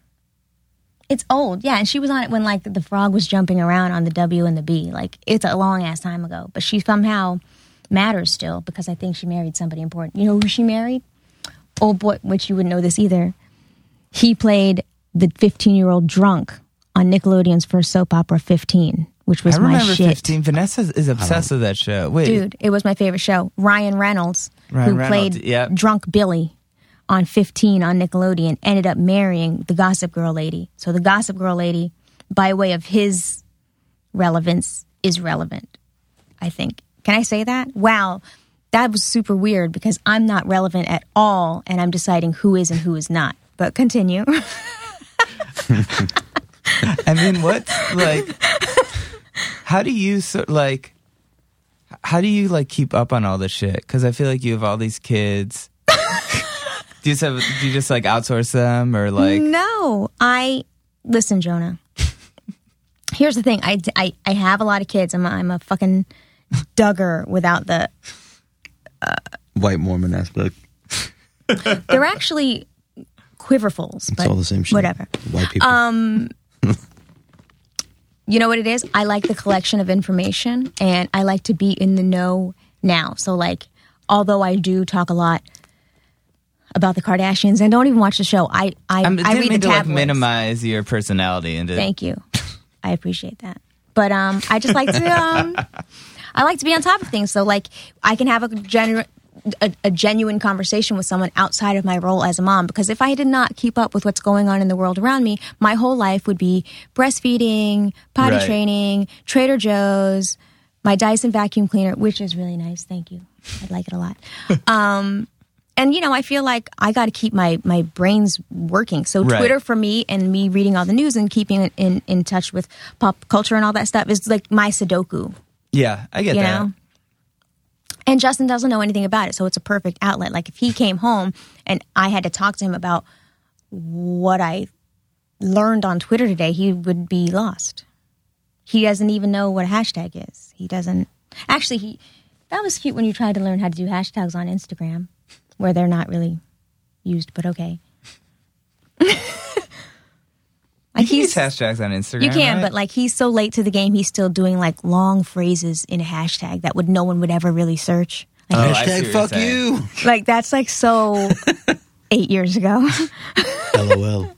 Speaker 3: It's old, yeah. And she was on it when like the frog was jumping around on the W and the B. Like it's a long ass time ago, but she somehow matters still because I think she married somebody important. You know who she married? Oh boy, which you wouldn't know this either. He played the 15 year old drunk on Nickelodeon's first soap opera 15, which was
Speaker 2: I
Speaker 3: my
Speaker 2: remember
Speaker 3: shit.
Speaker 2: fifteen. Vanessa is obsessed with that show. Wait,
Speaker 3: Dude, it was my favorite show. Ryan Reynolds,
Speaker 2: Ryan
Speaker 3: who
Speaker 2: Reynolds,
Speaker 3: played
Speaker 2: yep.
Speaker 3: drunk Billy on 15 on Nickelodeon, ended up marrying the Gossip Girl lady. So the Gossip Girl lady, by way of his relevance, is relevant. I think. Can I say that? Wow, that was super weird because I'm not relevant at all, and I'm deciding who is and who is not. But continue.
Speaker 2: I mean, what like? How do you sort like? How do you like keep up on all this shit? Because I feel like you have all these kids. do you just have? Do you just like outsource them or like?
Speaker 3: No, I listen, Jonah. Here's the thing: I, I, I have a lot of kids. I'm a, I'm a fucking dugger without the.
Speaker 4: White Mormon aspect.
Speaker 3: They're actually quiverfuls, but
Speaker 4: It's all the same shit.
Speaker 3: whatever. Um,
Speaker 4: White people.
Speaker 3: You know what it is? I like the collection of information, and I like to be in the know now. So, like, although I do talk a lot about the Kardashians and don't even watch the show, I I,
Speaker 2: I'm, I Um, didn't
Speaker 3: I read
Speaker 2: mean
Speaker 3: the
Speaker 2: to like
Speaker 3: tabloids.
Speaker 2: minimize your personality and to
Speaker 3: Thank you. I appreciate that. But um, I just like to um, I like to be on top of things. So like I can have a genuine a, a genuine conversation with someone outside of my role as a mom because if I did not keep up with what's going on in the world around me, my whole life would be breastfeeding, potty
Speaker 2: Right.
Speaker 3: training, Trader Joe's, my Dyson vacuum cleaner, which is really nice. Thank you. I like it a lot. Um, and you know, I feel like I got to keep my my brains working. So
Speaker 2: Right.
Speaker 3: Twitter for me and me reading all the news and keeping in, in in touch with pop culture and all that stuff is like my Sudoku,
Speaker 2: yeah, I get
Speaker 3: you
Speaker 2: that.
Speaker 3: know. And Justin doesn't know anything about it, so it's a perfect outlet. Like if he came home and I had to talk to him about what I learned on Twitter today, he would be lost. He doesn't even know what a hashtag is. He doesn't. Actually, he that was cute when you tried to learn how to do hashtags on Instagram, where they're not really used, but okay. like
Speaker 2: You can use hashtags on Instagram.
Speaker 3: you can,
Speaker 2: right?
Speaker 3: but like he's so late to the game, he's still doing like long phrases in a hashtag that would no one would ever really search. Like,
Speaker 2: Oh, I see what
Speaker 4: Hashtag
Speaker 2: you're
Speaker 4: fuck
Speaker 2: saying.
Speaker 4: you.
Speaker 3: like that's like so eight years ago,
Speaker 4: LOL.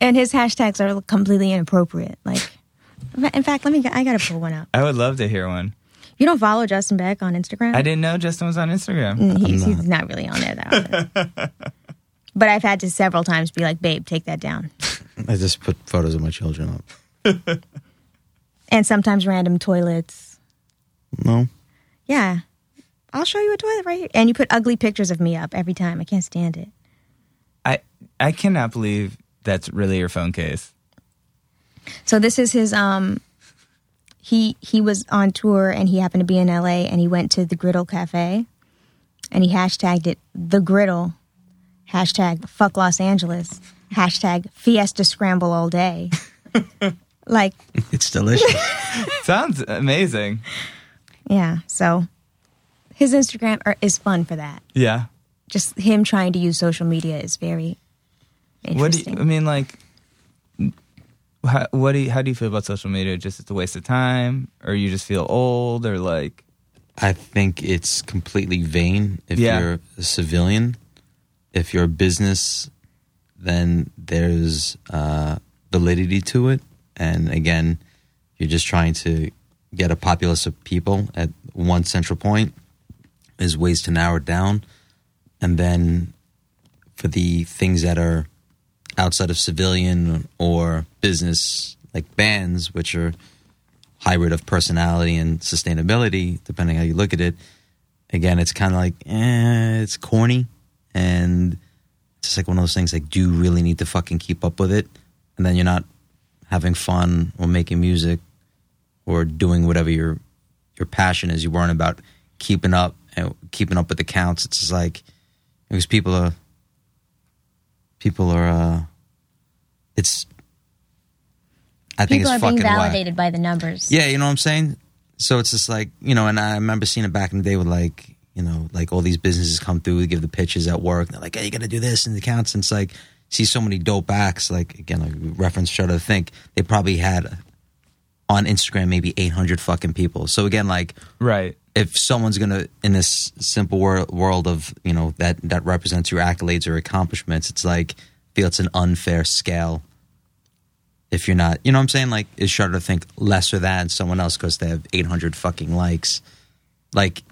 Speaker 3: and his hashtags are completely inappropriate. Like, in fact, let me. I gotta pull one up.
Speaker 2: I would love to hear one.
Speaker 3: You don't follow Justin Beck on Instagram?
Speaker 2: I didn't know Justin was on Instagram.
Speaker 3: Mm, He's, he's not really on there that often. but I've had to several times be like, "Babe, take that down."
Speaker 4: I just put photos of my children up.
Speaker 3: And sometimes random toilets.
Speaker 4: No.
Speaker 3: Yeah, I'll show you a toilet right here. And you put ugly pictures of me up every time. I can't stand it.
Speaker 2: I I cannot believe that's really your phone case.
Speaker 3: So this is his um he he was on tour and he happened to be in LA and he went to the Griddle Cafe and he hashtagged it the Griddle hashtag fuck Los Angeles hashtag fiesta scramble all day. like
Speaker 1: It's delicious.
Speaker 2: Sounds amazing.
Speaker 3: yeah, so his Instagram er, is fun for that.
Speaker 2: Yeah.
Speaker 3: Just him trying to use social media is very
Speaker 2: What do you,
Speaker 3: interesting.
Speaker 2: I mean? Like, how, what do you, how do you feel about social media? Just it's a waste of time, or you just feel old, or like
Speaker 4: I think it's completely vain if
Speaker 2: Yeah.
Speaker 4: you're a civilian. If you're a business, then there's uh, validity to it. And again, you're just trying to get a populace of people at one central point. There's ways to narrow it down. And then for the things that are outside of civilian or business, like bands, which are hybrid of personality and sustainability, depending how you look at it. Again, it's kind of like, eh, it's corny. And it's just like one of those things like, do you really need to fucking keep up with it? And then you're not having fun or making music or doing whatever your your passion is. You're worrying about keeping up and keeping up with the counts. It's just like because people are people are uh it's I think
Speaker 3: People
Speaker 4: it's
Speaker 3: are
Speaker 4: fucking
Speaker 3: being
Speaker 4: whack.
Speaker 3: validated by the numbers.
Speaker 4: Yeah, you know what I'm saying? So it's just like, you know, and I remember seeing it back in the day with like, you know, like all these businesses come through, give the pitches at work. and They're like, hey, you got to do this and the counts. And it's like, see so many dope acts. Like, again, like we reference Shutter to Think. They probably had on Instagram maybe 800 fucking people. So again, like,
Speaker 2: right.
Speaker 4: if someone's gonna in this simple wor- world of you know that that represents your accolades or accomplishments, it's like I feel it's an unfair scale. If you're not, you know what I'm saying? Like, it's sharper to think lesser than someone else because they have 800 fucking likes. Like,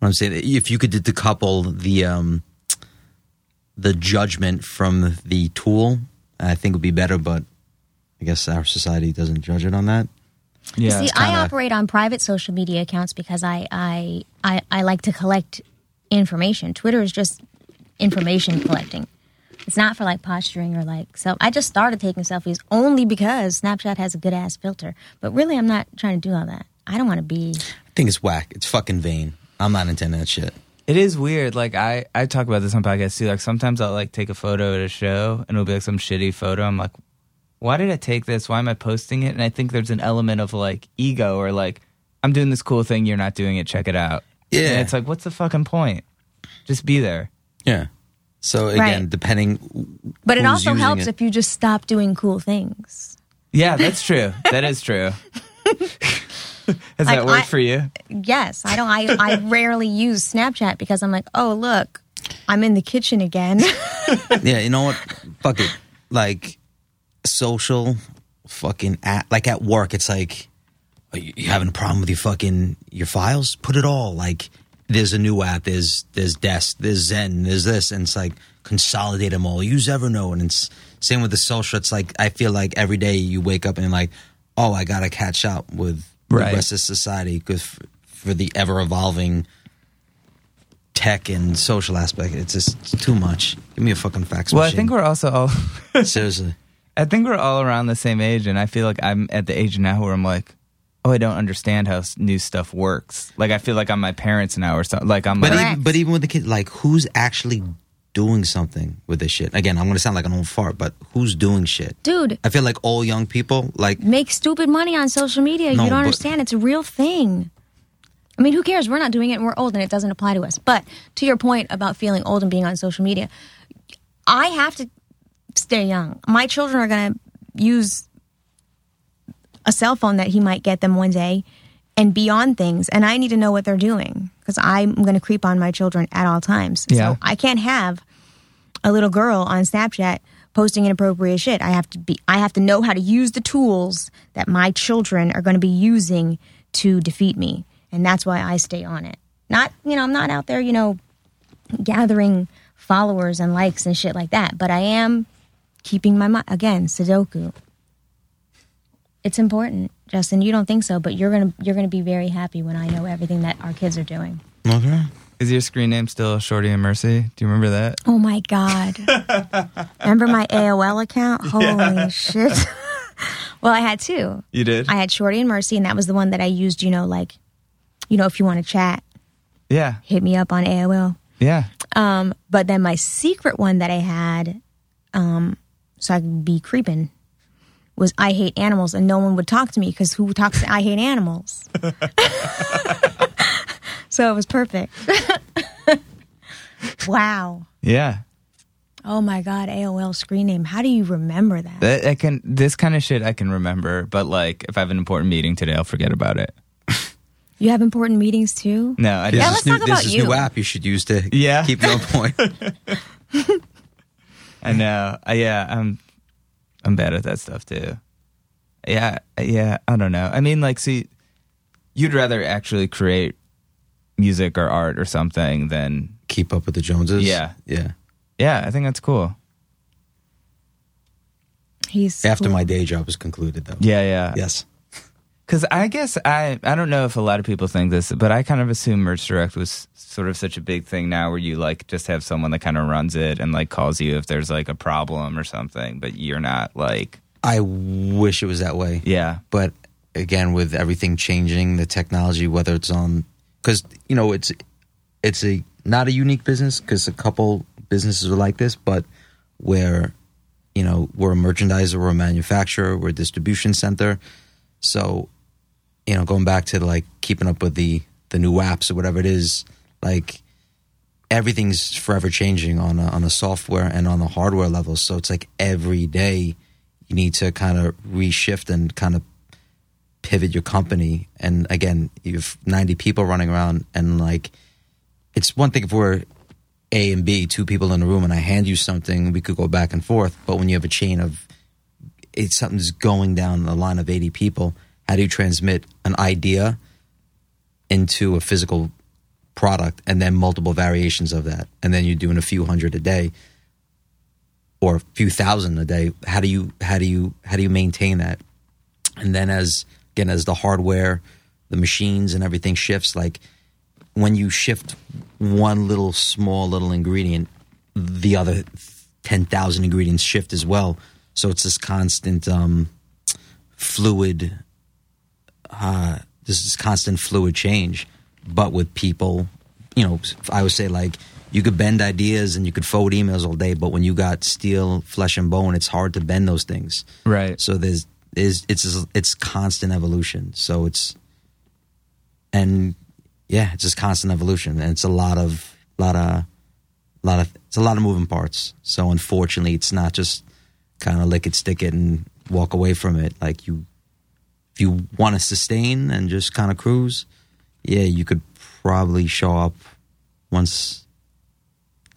Speaker 4: what I'm saying, if you could decouple the um the judgment from the tool, I think it would be better. But I guess our society doesn't judge it on that.
Speaker 2: Yeah.
Speaker 3: See, I operate on private social media accounts because I, I I I like to collect information. Twitter is just information collecting. It's not for like posturing or like so. I just started taking selfies only because Snapchat has a good ass filter. But really, I'm not trying to do all that. I don't want to be.
Speaker 4: I think it's whack. It's fucking vain. I'm not into that shit.
Speaker 2: It is weird. Like I, I talk about this on podcasts too. Like sometimes I'll like take a photo at a show and it'll be like some shitty photo. I'm like, why did I take this? Why am I posting it? And I think there's an element of like ego or like I'm doing this cool thing, you're not doing it. Check it out.
Speaker 4: Yeah.
Speaker 2: And it's like, what's the fucking point? Just be there.
Speaker 4: Yeah. So again,
Speaker 3: Right.
Speaker 4: depending,
Speaker 3: But it
Speaker 4: Who's
Speaker 3: also
Speaker 4: using
Speaker 3: helps
Speaker 4: it?
Speaker 3: if you just stop doing cool things.
Speaker 2: Yeah, that's true. that is true. Has
Speaker 3: Like,
Speaker 2: that worked
Speaker 3: I-
Speaker 2: for you?
Speaker 3: Yes, I don't. I I rarely use Snapchat because I'm like, oh look, I'm in the kitchen again.
Speaker 4: yeah, you know what? Fuck it. Like social, fucking at like at work, it's like are you you having a problem with your fucking your files? Put it all like there's a new app, there's there's Desk, there's Zen, there's this, and it's like consolidate them all. Use Evernote, and it's same with the social. It's like I feel like every day you wake up and you're like, oh, I gotta catch up with
Speaker 2: Right.
Speaker 4: the rest of society because for, for the ever evolving tech and social aspect, it's just it's too much. Give me a fucking fax
Speaker 2: Well, I
Speaker 4: machine.
Speaker 2: think we're also all
Speaker 4: seriously.
Speaker 2: I think we're all around the same age, and I feel like I'm at the age now where I'm like, oh, I don't understand how s- new stuff works. Like I feel like I'm my parents now or something. Like I'm
Speaker 4: But
Speaker 2: like,
Speaker 4: even, but even with the kids, like who's actually doing something with this shit? Again, I'm gonna sound like an old fart, but who's doing shit?
Speaker 3: Dude,
Speaker 4: I feel like all young people, like
Speaker 3: make stupid money on social media.
Speaker 4: No,
Speaker 3: you don't
Speaker 4: but-
Speaker 3: understand. It's a real thing. I mean, who cares? We're not doing it and we're old and it doesn't apply to us. But to your point about feeling old and being on social media, I have to stay young. My children are going to use a cell phone that he might get them one day and be on things. And I need to know what they're doing because I'm going to creep on my children at all times.
Speaker 2: Yeah.
Speaker 3: So I can't have a little girl on Snapchat posting inappropriate shit. I have to be I have to know how to use the tools that my children are going to be using to defeat me. And that's why I stay on it. Not, you know, I'm not out there, you know, gathering followers and likes and shit like that, but I am keeping my mind again, Sudoku. It's important, Justin. You don't think so, but you're going to you're going to be very happy when I know everything that our kids are doing.
Speaker 4: okay.
Speaker 2: is your screen name still Shorty and Mercy? Do you remember that?
Speaker 3: Oh my god! Remember my AOL account? Holy shit! well, I had two.
Speaker 2: You did.
Speaker 3: I had Shorty and Mercy, and that was the one that I used. You know, like, you know, if you want to chat,
Speaker 2: yeah.
Speaker 3: hit me up on AOL.
Speaker 2: Yeah.
Speaker 3: But then my secret one that I had, um, so I could be creeping, was I hate animals, and no one would talk to me because who talks to I hate animals? so it was perfect. wow.
Speaker 2: Yeah.
Speaker 3: Oh my God, AOL screen name. How do you remember that?
Speaker 2: That I can this kind of shit I can remember, but like if I have an important meeting today, I'll forget about it.
Speaker 3: You have important meetings too?
Speaker 2: No, I
Speaker 3: Yeah,
Speaker 4: There's
Speaker 2: don't.
Speaker 4: this
Speaker 3: let's
Speaker 4: new,
Speaker 3: talk
Speaker 4: there's
Speaker 3: about
Speaker 4: this
Speaker 3: you.
Speaker 4: new app you should use to
Speaker 2: Yeah.
Speaker 4: keep you on point.
Speaker 2: I know. Uh, yeah, I'm I'm bad at that stuff too. Yeah, yeah, I don't know. I mean like see you'd rather actually create music or art or something than
Speaker 4: keep up with the Joneses.
Speaker 2: Yeah.
Speaker 4: yeah.
Speaker 2: Yeah, I think that's cool.
Speaker 3: He's
Speaker 4: After
Speaker 3: cool.
Speaker 4: my day job is concluded, though.
Speaker 2: Yeah, yeah.
Speaker 4: Yes.
Speaker 2: Cuz I guess I I don't know if a lot of people think this, but I kind of assume merch direct was sort of such a big thing now where you like just have someone that kind of runs it and like calls you if there's like a problem or something, but you're not like
Speaker 4: I wish it was that way.
Speaker 2: yeah.
Speaker 4: But again, with everything changing, the technology, whether it's on, because you know, it's it's a not a unique business because a couple businesses are like this, but where you know we're a merchandiser, we're a manufacturer, we're a distribution center, so you know, going back to like keeping up with the the new apps or whatever it is, like everything's forever changing on a, on a software and on the hardware level. So it's like every day you need to kind of reshift and kind of pivot your company. And again, you've 90 people running around and like it's one thing if we're A and B, two people in a room and I hand you something, we could go back and forth, but when you have a chain of it's something's going down a line of 80 people, how do you transmit an idea into a physical product and then multiple variations of that and then you're doing a few hundred a day or a few thousand a day how do you how do you how do you maintain that and then as again as the hardware the machines and everything shifts like when you shift one little small little ingredient the other 10,000 ingredients shift as well so it's this constant um fluid uh, this is constant fluid change, but with people, you know, I would say like you could bend ideas and you could forward emails all day, but when you got steel, flesh and bone, it's hard to bend those things.
Speaker 2: Right.
Speaker 4: So there's is it's it's constant evolution. So it's and yeah, it's just constant evolution, and it's a lot of lot of lot of it's a lot of moving parts. So unfortunately, it's not just kind of lick it, stick it, and walk away from it. Like you, if you want to sustain and just kind of cruise, yeah, you could probably show up once.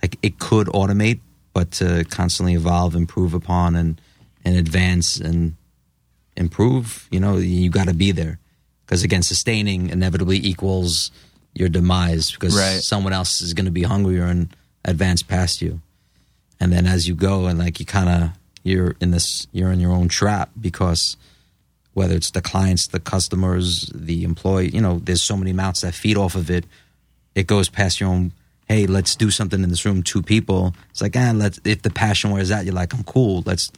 Speaker 4: Like it could automate, but to constantly evolve, improve upon, and and advance and improve, you know, you got to be there. Because again, sustaining inevitably equals your demise because
Speaker 2: Right.
Speaker 4: someone else is going to be hungrier and advance past you. And then as you go and like you kind of you're in this you're in your own trap because whether it's the clients, the customers, the employee, you know, there's so many mouths that feed off of it. It goes past your own. Hey, let's do something in this room. Two people. It's like, ah, let's. If the passion wears out, you're like, I'm cool. Let's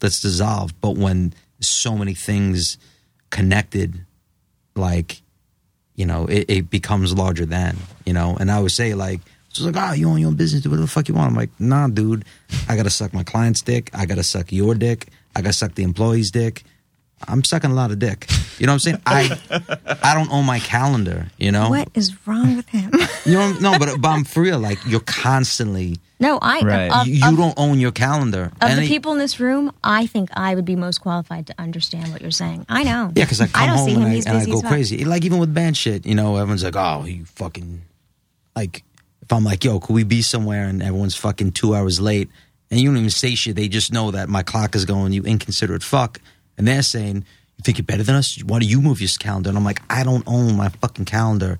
Speaker 4: let's dissolve. But when so many things connected like you know it, it becomes larger than you know and i would say like so it's like oh you own your own business do whatever the fuck you want i'm like nah dude i gotta suck my client's dick i gotta suck your dick i gotta suck the employee's dick i'm sucking a lot of dick you know what i'm saying i i don't own my calendar you know
Speaker 3: What is wrong with him?
Speaker 4: you know no but, but i'm for real like you're constantly
Speaker 3: no, I uh,
Speaker 2: Right.
Speaker 3: of,
Speaker 4: you,
Speaker 3: of-
Speaker 4: you don't own your calendar
Speaker 3: of
Speaker 4: And
Speaker 3: the
Speaker 4: it-
Speaker 3: people in this room, I think I would be most qualified to understand what you're saying. I know.
Speaker 4: Yeah, because I come
Speaker 3: don't
Speaker 4: home
Speaker 3: see
Speaker 4: and
Speaker 3: him.
Speaker 4: I,
Speaker 3: He's
Speaker 4: and I
Speaker 3: busy
Speaker 4: go
Speaker 3: as fuck.
Speaker 4: crazy. Like even with band shit, you know, everyone's like, "Oh, you fucking," like if I'm like, "Yo, could we be somewhere?" and everyone's fucking two hours late, and you don't even say shit. They just know that my clock is going. You inconsiderate fuck, and they're saying, "You think you're better than us? Why do you move your calendar?" And I'm like, "I don't own my fucking calendar.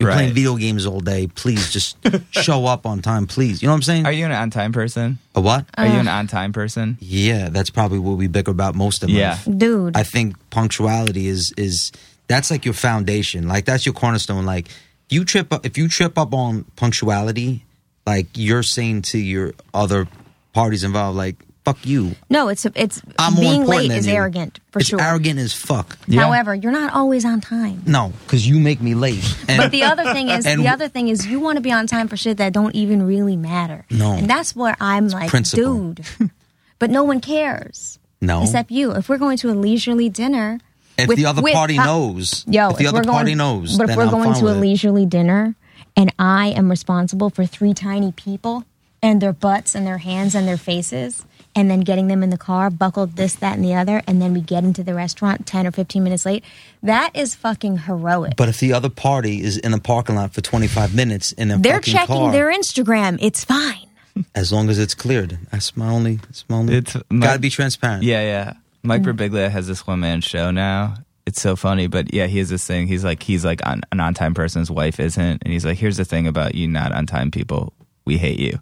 Speaker 4: You're
Speaker 2: Right.
Speaker 4: playing video games all day. Please just show up on time, please." You know what I'm saying?
Speaker 2: Are you an on time person?
Speaker 4: A what?
Speaker 2: Are you an on time person?
Speaker 4: yeah, that's probably what we bicker about most of.
Speaker 2: Yeah.
Speaker 4: life.
Speaker 3: Dude.
Speaker 4: I think punctuality is is that's like your foundation. Like that's your cornerstone. Like if you trip up if you trip up on punctuality, like you're saying to your other parties involved, like fuck you.
Speaker 3: no, it's it's
Speaker 4: I'm more
Speaker 3: being
Speaker 4: important
Speaker 3: late
Speaker 4: than
Speaker 3: is
Speaker 4: you.
Speaker 3: arrogant for
Speaker 4: it's
Speaker 3: sure.
Speaker 4: Arrogant as fuck.
Speaker 3: However, you're not always on time.
Speaker 4: No, because you make me late. And
Speaker 3: But the other thing is,
Speaker 4: And
Speaker 3: the
Speaker 4: w-
Speaker 3: other thing is, you want to be on time for shit that don't even really matter.
Speaker 4: No.
Speaker 3: and that's where I'm like,
Speaker 4: principle.
Speaker 3: dude. but no one cares
Speaker 4: no,
Speaker 3: except you. If we're going to a leisurely dinner,
Speaker 4: if
Speaker 3: with-
Speaker 4: the other
Speaker 3: with-
Speaker 4: party
Speaker 3: uh,
Speaker 4: knows,
Speaker 3: yo,
Speaker 4: if the
Speaker 3: we're
Speaker 4: other
Speaker 3: going,
Speaker 4: party knows,
Speaker 3: but if
Speaker 4: then
Speaker 3: we're
Speaker 4: I'm
Speaker 3: going
Speaker 4: fine
Speaker 3: to a
Speaker 4: with it.
Speaker 3: leisurely dinner and I am responsible for three tiny people and their butts and their hands and their faces. And then getting them in the car, buckled this, that, and the other, and then we get into the restaurant ten or fifteen minutes late. That is fucking heroic.
Speaker 4: But if the other party is in the parking lot for 25 minutes in a
Speaker 3: They're
Speaker 4: fucking
Speaker 3: checking
Speaker 4: car,
Speaker 3: their Instagram. It's fine.
Speaker 4: as long as it's cleared, that's my only. That's my only.
Speaker 2: It's my-
Speaker 4: gotta be transparent.
Speaker 2: Yeah, yeah. Mike Birbiglia has this one man show now. It's so funny, but yeah, he has this thing. He's like, he's like on, an on time person's wife isn't, and he's like, here's the thing about you not on time people, we hate you.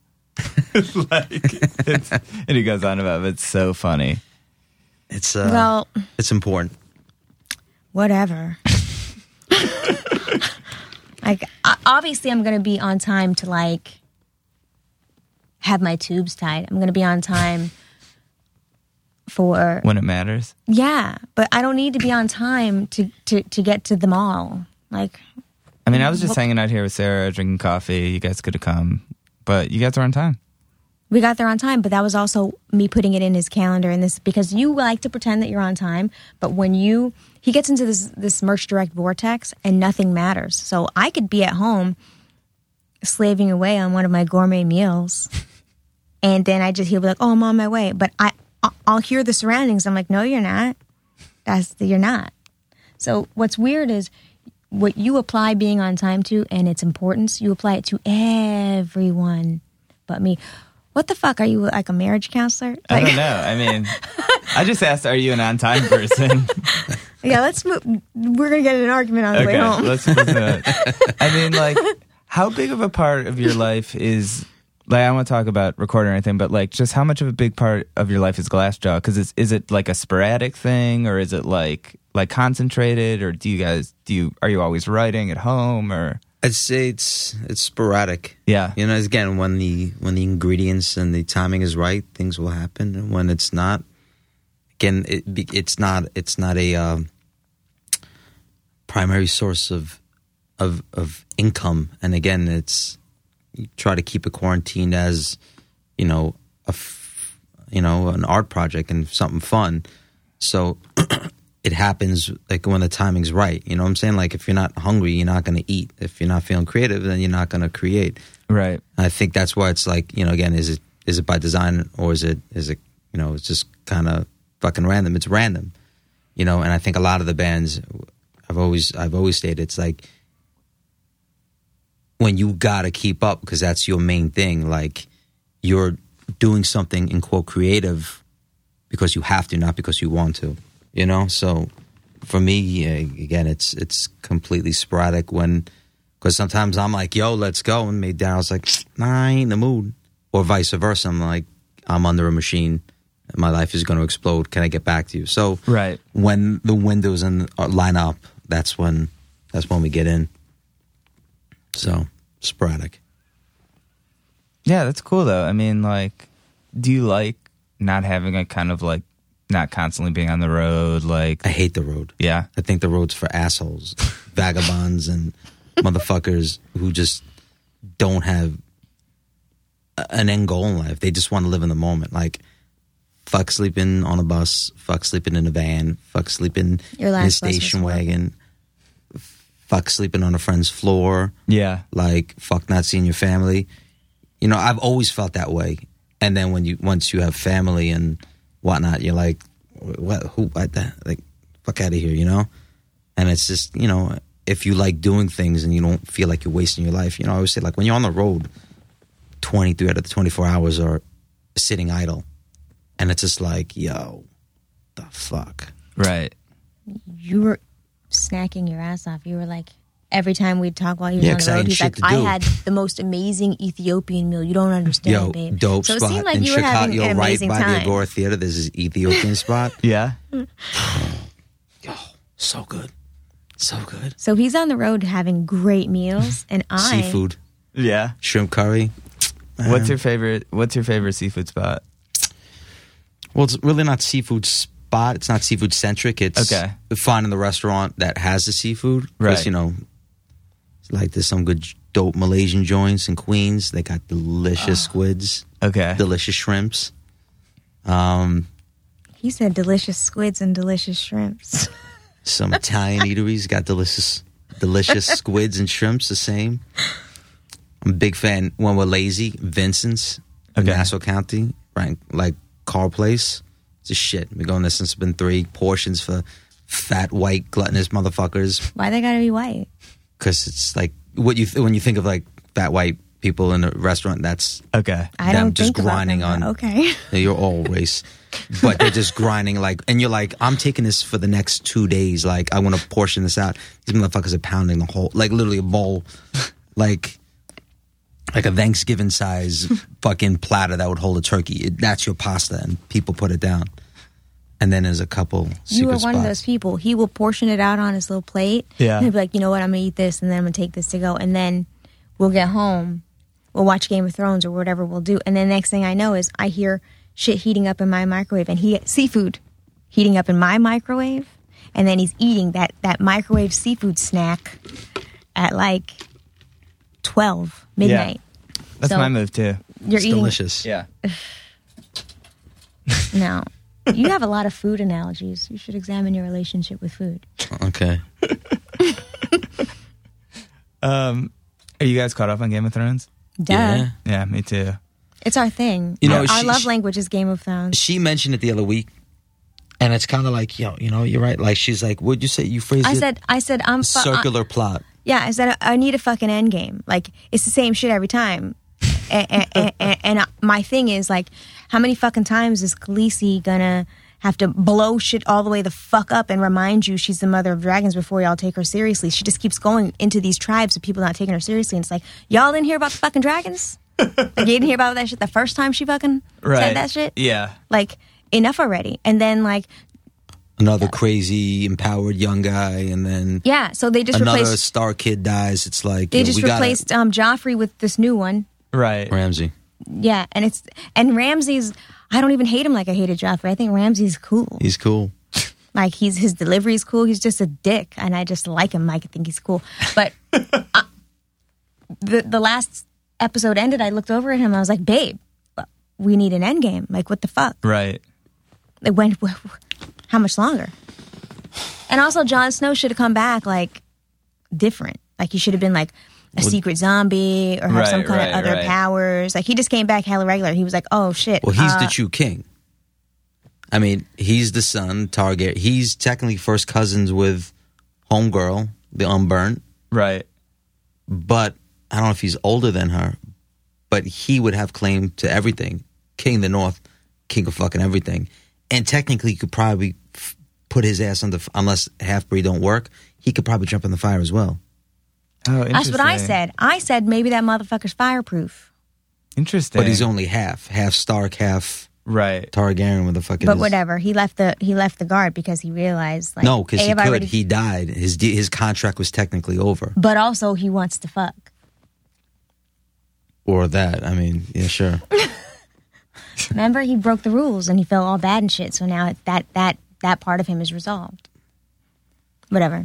Speaker 2: like, it's, and he goes on about it. It's so funny.
Speaker 4: It's uh,
Speaker 3: Well-
Speaker 4: it's important.
Speaker 3: Whatever. like, o- obviously, I'm going to be on time to like have my tubes tied. I'm going to be on time for
Speaker 2: When it matters,
Speaker 3: yeah, but I don't need to be on time to to to get to the mall. Like,
Speaker 2: I mean, I was just hanging out here with Sarah, drinking coffee. You guys could have come, but you guys are on time.
Speaker 3: we got there on time, but that was also me putting it in his calendar. And this because you like to pretend that you're on time, but when you he gets into this this merch direct vortex and nothing matters. So I could be at home slaving away on one of my gourmet meals, and then I just he'll be like, "Oh, I'm on my way," but I I- I'll hear the surroundings. I'm like, "No, you're not. That's you're not." So what's weird is what you apply being on time to and its importance, you apply it to everyone but me. What the fuck are you like a marriage counselor?
Speaker 2: I
Speaker 3: Like,
Speaker 2: don't know. I mean, I just asked, are you an on time person?
Speaker 3: yeah, let's move. We're gonna get in an argument on the way home.
Speaker 2: Let's listen to it. I mean, like, how big of a part of your life is like I don't want to talk about recording or anything, but like, just how much of a big part of your life is Glassjaw? Because it's is it like a sporadic thing, or is it like like concentrated, or do you guys do you are you always writing at home or
Speaker 4: I'd say it's it's sporadic.
Speaker 2: Yeah.
Speaker 4: you know, again, when the when the ingredients and the timing is right, things will happen. And when it's not, again, it, be- it's not it's not a um, primary source of of of income. And again, it's you try to keep it quarantined as you know a f- you know an art project and something fun. So it happens like when the timing's right. You know what I'm saying? Like if you're not hungry, you're not going to eat. If you're not feeling creative, then you're not going to create.
Speaker 2: right?
Speaker 4: And I think that's why it's like you know again is it is it by design or is it is it you know it's just kind of fucking random. It's random, you know. And I think a lot of the bands I've always I've always stated it's like when you gotta keep up because that's your main thing. Like you're doing something in quote creative because you have to, not because you want to. You know. So for me, yeah, again, it's it's completely sporadic when because sometimes I'm like, "Yo, let's go," and maybe Daryl's like, "Nah, I ain't in the mood," or vice versa. I'm like, "I'm under a machine. My life is going to explode. Can I get back to you?" So
Speaker 2: Right.
Speaker 4: when the windows and uh, line up, that's when that's when we get in. So sporadic.
Speaker 2: Yeah, that's cool though. I mean, like, do you like not having a kind of like not constantly being on the road. Like,
Speaker 4: I hate the road.
Speaker 2: yeah,
Speaker 4: I think the road's for assholes, vagabonds, and motherfuckers who just don't have a- an end goal in life. They just want to live in the moment. Like, fuck sleeping on a bus, fuck sleeping in a van, fuck sleeping
Speaker 3: Your
Speaker 4: in a
Speaker 3: last bus was
Speaker 4: station
Speaker 3: horrible.
Speaker 4: wagon, fuck sleeping on a friend's floor
Speaker 2: yeah,
Speaker 4: like fuck not seeing your family. You know, I've always felt that way. And then when you once you have family and whatnot, you're like, what? Who? What the? Like, fuck out of here, you know. And it's just you know, if you like doing things and you don't feel like you're wasting your life, you know, I always say like when you're on the road, twenty three out of the twenty four hours are sitting idle, and it's just like, yo, the fuck.
Speaker 2: right.
Speaker 3: you were snacking your ass off. You were like every time we'd talk while you were
Speaker 4: Yeah,
Speaker 3: on
Speaker 4: 'cause
Speaker 3: the
Speaker 4: I
Speaker 3: road,
Speaker 4: had
Speaker 3: he's
Speaker 4: shit
Speaker 3: like,
Speaker 4: to
Speaker 3: I
Speaker 4: do."
Speaker 3: had the most amazing Ethiopian meal. You don't understand,
Speaker 4: Yo,
Speaker 3: babe.
Speaker 4: dope
Speaker 3: so it
Speaker 4: spot
Speaker 3: seemed like
Speaker 4: in
Speaker 3: you were having
Speaker 4: Chicago,
Speaker 3: an
Speaker 4: right
Speaker 3: amazing
Speaker 4: by
Speaker 3: time.
Speaker 4: the Agora Theater. There's this Ethiopian spot.
Speaker 2: Yeah.
Speaker 4: So good. So good.
Speaker 3: So he's on the road having great meals, and I
Speaker 4: Seafood,
Speaker 2: Yeah.
Speaker 4: shrimp curry.
Speaker 2: What's
Speaker 4: Um,
Speaker 2: your favorite? What's your favorite seafood spot?
Speaker 4: Well, it's really not seafood spot. It's not seafood centric. It's
Speaker 2: Okay.
Speaker 4: finding the restaurant that has the seafood. 'Cause,
Speaker 2: Right.
Speaker 4: you know, it's like there's some good, dope Malaysian joints in Queens. They got delicious squids,
Speaker 2: Okay.
Speaker 4: delicious shrimps. Um,
Speaker 3: he said delicious squids and delicious shrimps.
Speaker 4: some Italian eateries got delicious, delicious squids and shrimps. The same. I'm a big fan when we're lazy. Vincent's in
Speaker 2: Okay.
Speaker 4: Nassau County, right? Like Car Place. It's a shit. We go in there since it's been three portions for fat white gluttonous motherfuckers
Speaker 3: Why they gotta be white?
Speaker 4: because it's like what you th- when you think of like fat white people in a restaurant. That's
Speaker 2: Okay.
Speaker 3: I
Speaker 4: Them
Speaker 3: don't
Speaker 4: just
Speaker 3: think about
Speaker 4: grinding
Speaker 3: them, but
Speaker 4: on-
Speaker 3: Okay,
Speaker 4: You're all race, but they're just grinding like, and you're like, I'm taking this for the next two days. Like, I want to portion this out. These motherfuckers are pounding the whole, like, literally a bowl, like, like a Thanksgiving size fucking platter that would hold a turkey. It, that's your pasta, and people put it down. And then there's a couple.
Speaker 3: you
Speaker 4: secret
Speaker 3: are one of
Speaker 4: spots.
Speaker 3: those people. He will portion it out on his little plate.
Speaker 2: Yeah.
Speaker 3: and he'll be like, you know what? I'm gonna eat this, and then I'm gonna take this to go, and then we'll get home. We'll watch Game of Thrones or whatever we'll do, and then next thing I know is I hear shit heating up in my microwave, and he seafood heating up in my microwave, and then he's eating that that microwave seafood snack at like twelve midnight.
Speaker 2: That's
Speaker 3: So-
Speaker 2: my move too.
Speaker 3: You're
Speaker 4: It's
Speaker 3: eating
Speaker 4: delicious.
Speaker 2: Yeah.
Speaker 3: No. You have a lot of food analogies. You should examine your relationship with food.
Speaker 4: Okay.
Speaker 2: Are you guys caught up on Game of Thrones?
Speaker 3: Duh.
Speaker 4: Yeah.
Speaker 2: Yeah, me too.
Speaker 3: It's our thing.
Speaker 4: You know,
Speaker 3: our, our
Speaker 4: she-
Speaker 3: love
Speaker 4: she-
Speaker 3: language is Game of Thrones.
Speaker 4: She mentioned it the other week, and it's kind of like, yo, you know, you're right. Like, she's like, what'd you say? You phrased
Speaker 3: I
Speaker 4: it
Speaker 3: said, I said, I'm fu-
Speaker 4: circular plot.
Speaker 3: I- yeah, I said, I need a fucking end game. Like it's the same shit every time. and, and, and, and uh, my thing is like, how many fucking times is Khaleesi gonna have to blow shit all the way the fuck up and remind you she's the mother of dragons before y'all take her seriously? She just keeps going into these tribes of people not taking her seriously, and it's like, y'all didn't hear about the fucking dragons. like you didn't hear about that shit the first time she fucking said that shit.
Speaker 2: Yeah.
Speaker 3: Like enough already. And then like
Speaker 4: another crazy empowered young guy and then
Speaker 3: yeah, so they just
Speaker 4: another
Speaker 3: replaced
Speaker 4: star kid dies it's like
Speaker 3: they
Speaker 4: you know,
Speaker 3: just
Speaker 4: we gotta-
Speaker 3: replaced um, Joffrey with this new one.
Speaker 2: Right.
Speaker 4: ramsey
Speaker 3: Yeah, and it's and Ramsey's. I don't even hate him like I hated Joffrey. I think Ramsey's cool.
Speaker 4: he's cool
Speaker 3: Like he's his delivery is cool. He's just a dick, and I just like him. Like I think he's cool. But uh, the the last episode ended. I looked over at him. I was like, babe, we need an end game. Like what the fuck?
Speaker 2: Right.
Speaker 3: Like when? How much longer? And also, Jon Snow should have come back like different. Like he should have been like a secret zombie or have some
Speaker 2: Right,
Speaker 3: kind
Speaker 2: right,
Speaker 3: of other
Speaker 2: right.
Speaker 3: powers. Like he just came back hella regular. He was like, oh shit.
Speaker 4: well he's
Speaker 3: uh,
Speaker 4: the true king i mean he's the son target he's technically first cousins with homegirl the unburnt
Speaker 2: Right.
Speaker 4: but i don't know if he's older than her but he would have claim to everything king of the north king of fucking everything and technically he could probably f- put his ass on the f- unless half-breed don't work he could probably jump in the fire as well
Speaker 2: Oh, interesting.
Speaker 3: That's what I said. I said maybe that motherfucker's fireproof.
Speaker 2: Interesting.
Speaker 4: But he's only half, half Stark, half
Speaker 2: right.
Speaker 4: Targaryen. With the fuck it
Speaker 3: but
Speaker 4: is.
Speaker 3: whatever. He left the he left the guard because he realized like
Speaker 4: No, because
Speaker 3: A,
Speaker 4: he
Speaker 3: I've
Speaker 4: could.
Speaker 3: already-
Speaker 4: He died. His de- his contract was technically over.
Speaker 3: but also he wants to fuck.
Speaker 4: Or that. I mean, yeah, sure.
Speaker 3: Remember, he broke the rules and he felt all bad and shit. So now it- that that that part of him is resolved. Whatever.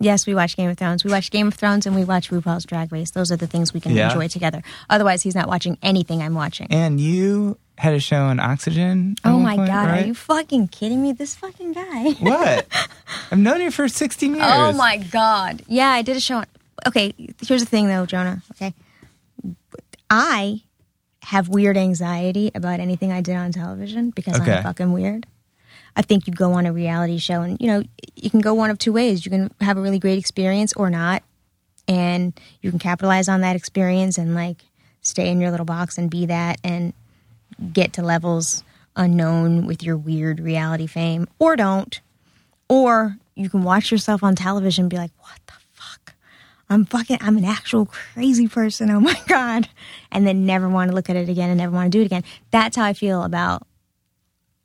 Speaker 3: Yes, we watch Game of Thrones. We watch Game of Thrones and we watch RuPaul's Drag Race. Those are the things we can
Speaker 2: Yeah.
Speaker 3: enjoy together. Otherwise, he's not watching anything I'm watching.
Speaker 2: And you had a show on Oxygen. at
Speaker 3: oh
Speaker 2: one
Speaker 3: my
Speaker 2: point,
Speaker 3: god,
Speaker 2: right?
Speaker 3: are you fucking kidding me? This fucking guy.
Speaker 2: What? I've known you for 16 years.
Speaker 3: Oh my god. Yeah, I did a show on. Okay, here's the thing though, Jonah. Okay, I have weird anxiety about anything I did on television because
Speaker 2: Okay.
Speaker 3: I'm fucking weird. I think you go on a reality show, and you know you can go one of two ways. You can have a really great experience or not, and you can capitalize on that experience and like stay in your little box and be that and get to levels unknown with your weird reality fame or don't or you can watch yourself on television and be like what the fuck i'm fucking i'm an actual crazy person oh my god and then never want to look at it again and never want to do it again that's how i feel about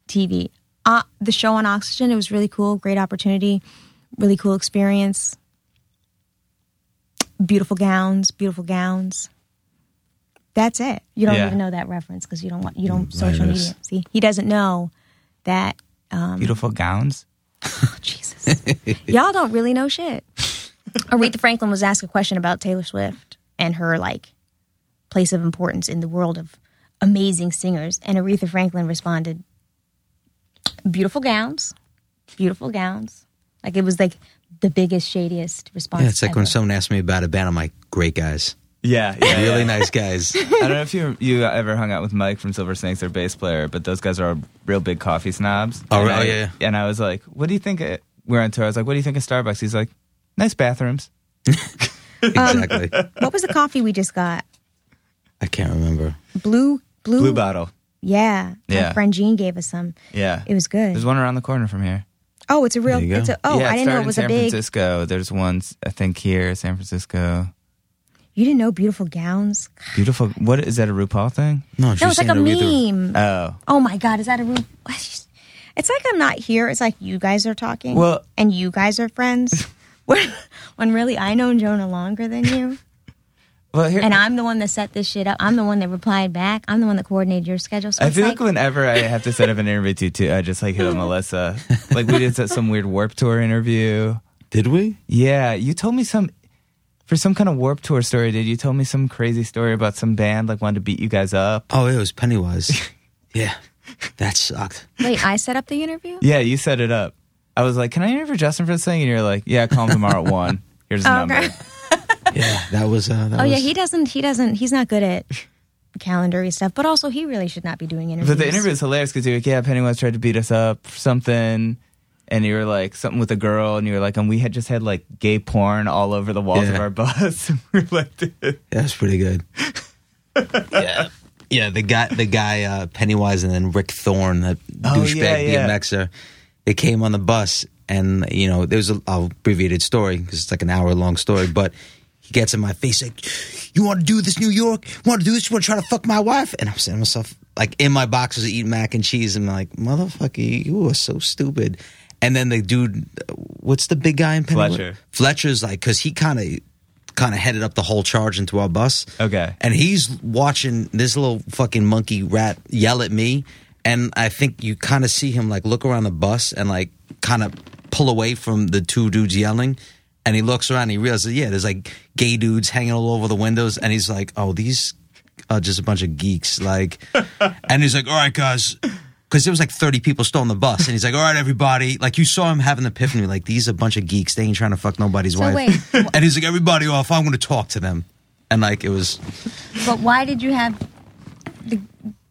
Speaker 3: tv uh, the show on oxygen it was really cool great opportunity really cool experience beautiful gowns beautiful gowns that's it you don't
Speaker 2: Yeah.
Speaker 3: even know that reference because you don't want you don't social
Speaker 4: minus.
Speaker 3: media see he doesn't know that
Speaker 2: Beautiful gowns.
Speaker 3: Jesus. Y'all don't really know shit. Aretha Franklin was asked a question about Taylor Swift and her like place of importance in the world of amazing singers, and Aretha Franklin responded, "Beautiful gowns, beautiful gowns." Like it was like the biggest, shadiest response.
Speaker 4: Yeah, it's like
Speaker 3: ever.
Speaker 4: when someone asks me about a band, I'm like, great guys,
Speaker 2: Yeah, yeah.
Speaker 4: really nice guys.
Speaker 2: I don't know if you you ever hung out with Mike from Silver Snakes, their bass player, but those guys are real big coffee snobs.
Speaker 4: Oh,
Speaker 2: and
Speaker 4: right,
Speaker 2: I,
Speaker 4: yeah,
Speaker 2: And I was like, "What do you think?" Of, we're on tour. I was like, "What do you think of Starbucks?" He's like, "Nice bathrooms."
Speaker 4: exactly.
Speaker 3: what was the coffee we just got?
Speaker 4: I can't remember.
Speaker 3: Blue, blue,
Speaker 2: Blue bottle.
Speaker 3: Yeah,
Speaker 2: Yeah.
Speaker 3: my friend Jean gave us some.
Speaker 2: Yeah,
Speaker 3: It was good.
Speaker 2: There's one around the corner from here.
Speaker 3: oh, it's a real.
Speaker 4: There you
Speaker 3: It's
Speaker 4: go.
Speaker 3: a, oh,
Speaker 2: yeah,
Speaker 3: I didn't know
Speaker 2: started
Speaker 3: it was
Speaker 2: in
Speaker 3: a
Speaker 2: San
Speaker 3: big.
Speaker 2: Francisco. There's one, I think, here, San Francisco.
Speaker 3: You didn't know beautiful gowns.
Speaker 2: Beautiful. What is that? A RuPaul thing?
Speaker 4: No, she
Speaker 3: No,
Speaker 4: was
Speaker 3: it's like a
Speaker 4: saying Aretha-
Speaker 3: meme.
Speaker 2: Oh,
Speaker 3: Oh my God, is that a room? It's like I'm not here. It's like you guys are talking.
Speaker 2: Well-
Speaker 3: and you guys are friends. when, when really I know Jonah longer than you.
Speaker 2: well, here.
Speaker 3: And I'm the one that set this shit up. I'm the one that replied back. I'm the one that coordinated your schedule. So
Speaker 2: I
Speaker 3: it's
Speaker 2: feel
Speaker 3: like,
Speaker 2: like, whenever I have to set up an interview too, too I just like hit up Melissa. Like we did some weird Warp Tour interview.
Speaker 4: Did we?
Speaker 2: Yeah, you told me some for some kind of Warp Tour story. Did you tell me some crazy story about some band like wanted to beat you guys up?
Speaker 4: Oh, it was Pennywise. yeah, that sucked.
Speaker 3: wait, I set up the interview?
Speaker 2: Yeah, you set it up. I was like, "Can I interview Justin for this thing?" And you're like, "Yeah, call him tomorrow at one. Here's his
Speaker 3: Oh,
Speaker 2: number."
Speaker 3: okay.
Speaker 4: Yeah, that was. Uh, that
Speaker 3: Oh,
Speaker 4: was,
Speaker 3: yeah, he doesn't, he doesn't, he's not good at calendary stuff, but also he really should not be doing interviews.
Speaker 2: But the interview is hilarious because you're like, "Yeah, Pennywise tried to beat us up for something." And you were like something with a girl, and you were like, and we had just had like gay porn all over the walls
Speaker 4: Yeah.
Speaker 2: of our bus. And we we're like, "Dude."
Speaker 4: That was pretty good. yeah. Yeah, the guy, the guy uh, Pennywise, and then Rick Thorne, that
Speaker 2: Oh,
Speaker 4: douchebag
Speaker 2: yeah, yeah.
Speaker 4: BMXer. They came on the bus, and you know, there's a I'll abbreviated story because it's like an hour long story. But he gets in my face like, "You want to do this, New York? You want to do this? You want to try to fuck my wife?" And I'm saying to myself, like in my boxes, eating mac and cheese, and I'm like, "Motherfucker, you are so stupid." And then the dude, what's the big guy in Pennywise?
Speaker 2: Fletcher.
Speaker 4: Fletcher's like, because he kind of kind of headed up the whole charge into our bus.
Speaker 2: Okay.
Speaker 4: And he's watching this little fucking monkey rat yell at me. And I think you kind of see him like look around the bus and like kind of pull away from the two dudes yelling. And he looks around and he realizes, yeah, there's like gay dudes hanging all over the windows. And he's like, oh, these are just a bunch of geeks. Like, and he's like, all right, guys. Because there was like 30 people still on the bus. And he's like, all right, everybody. Like, you saw him having the epiphany. Like, these are a bunch of geeks. They ain't trying to fuck nobody's
Speaker 3: So
Speaker 4: wife.
Speaker 3: wait,
Speaker 4: and he's like, everybody off. I'm going to talk to them. And like, it was
Speaker 3: But why did you have the,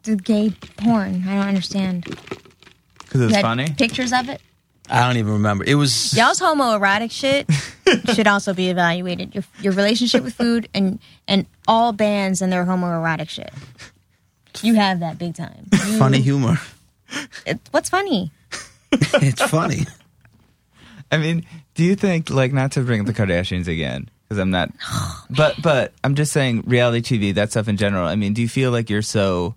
Speaker 3: the gay porn? I don't understand.
Speaker 2: Because it's
Speaker 3: You had
Speaker 2: funny.
Speaker 3: Pictures of it?
Speaker 4: I don't even remember. It was
Speaker 3: Y'all's homoerotic shit should also be evaluated. Your your relationship with food and and all bands and their homoerotic shit. You have that big time. You-
Speaker 4: funny humor.
Speaker 3: it- what's funny?
Speaker 4: it's funny.
Speaker 2: I mean, do you think like not to bring up the Kardashians again because I'm not, but but I'm just saying reality TV that stuff in general. I mean, do you feel like you're so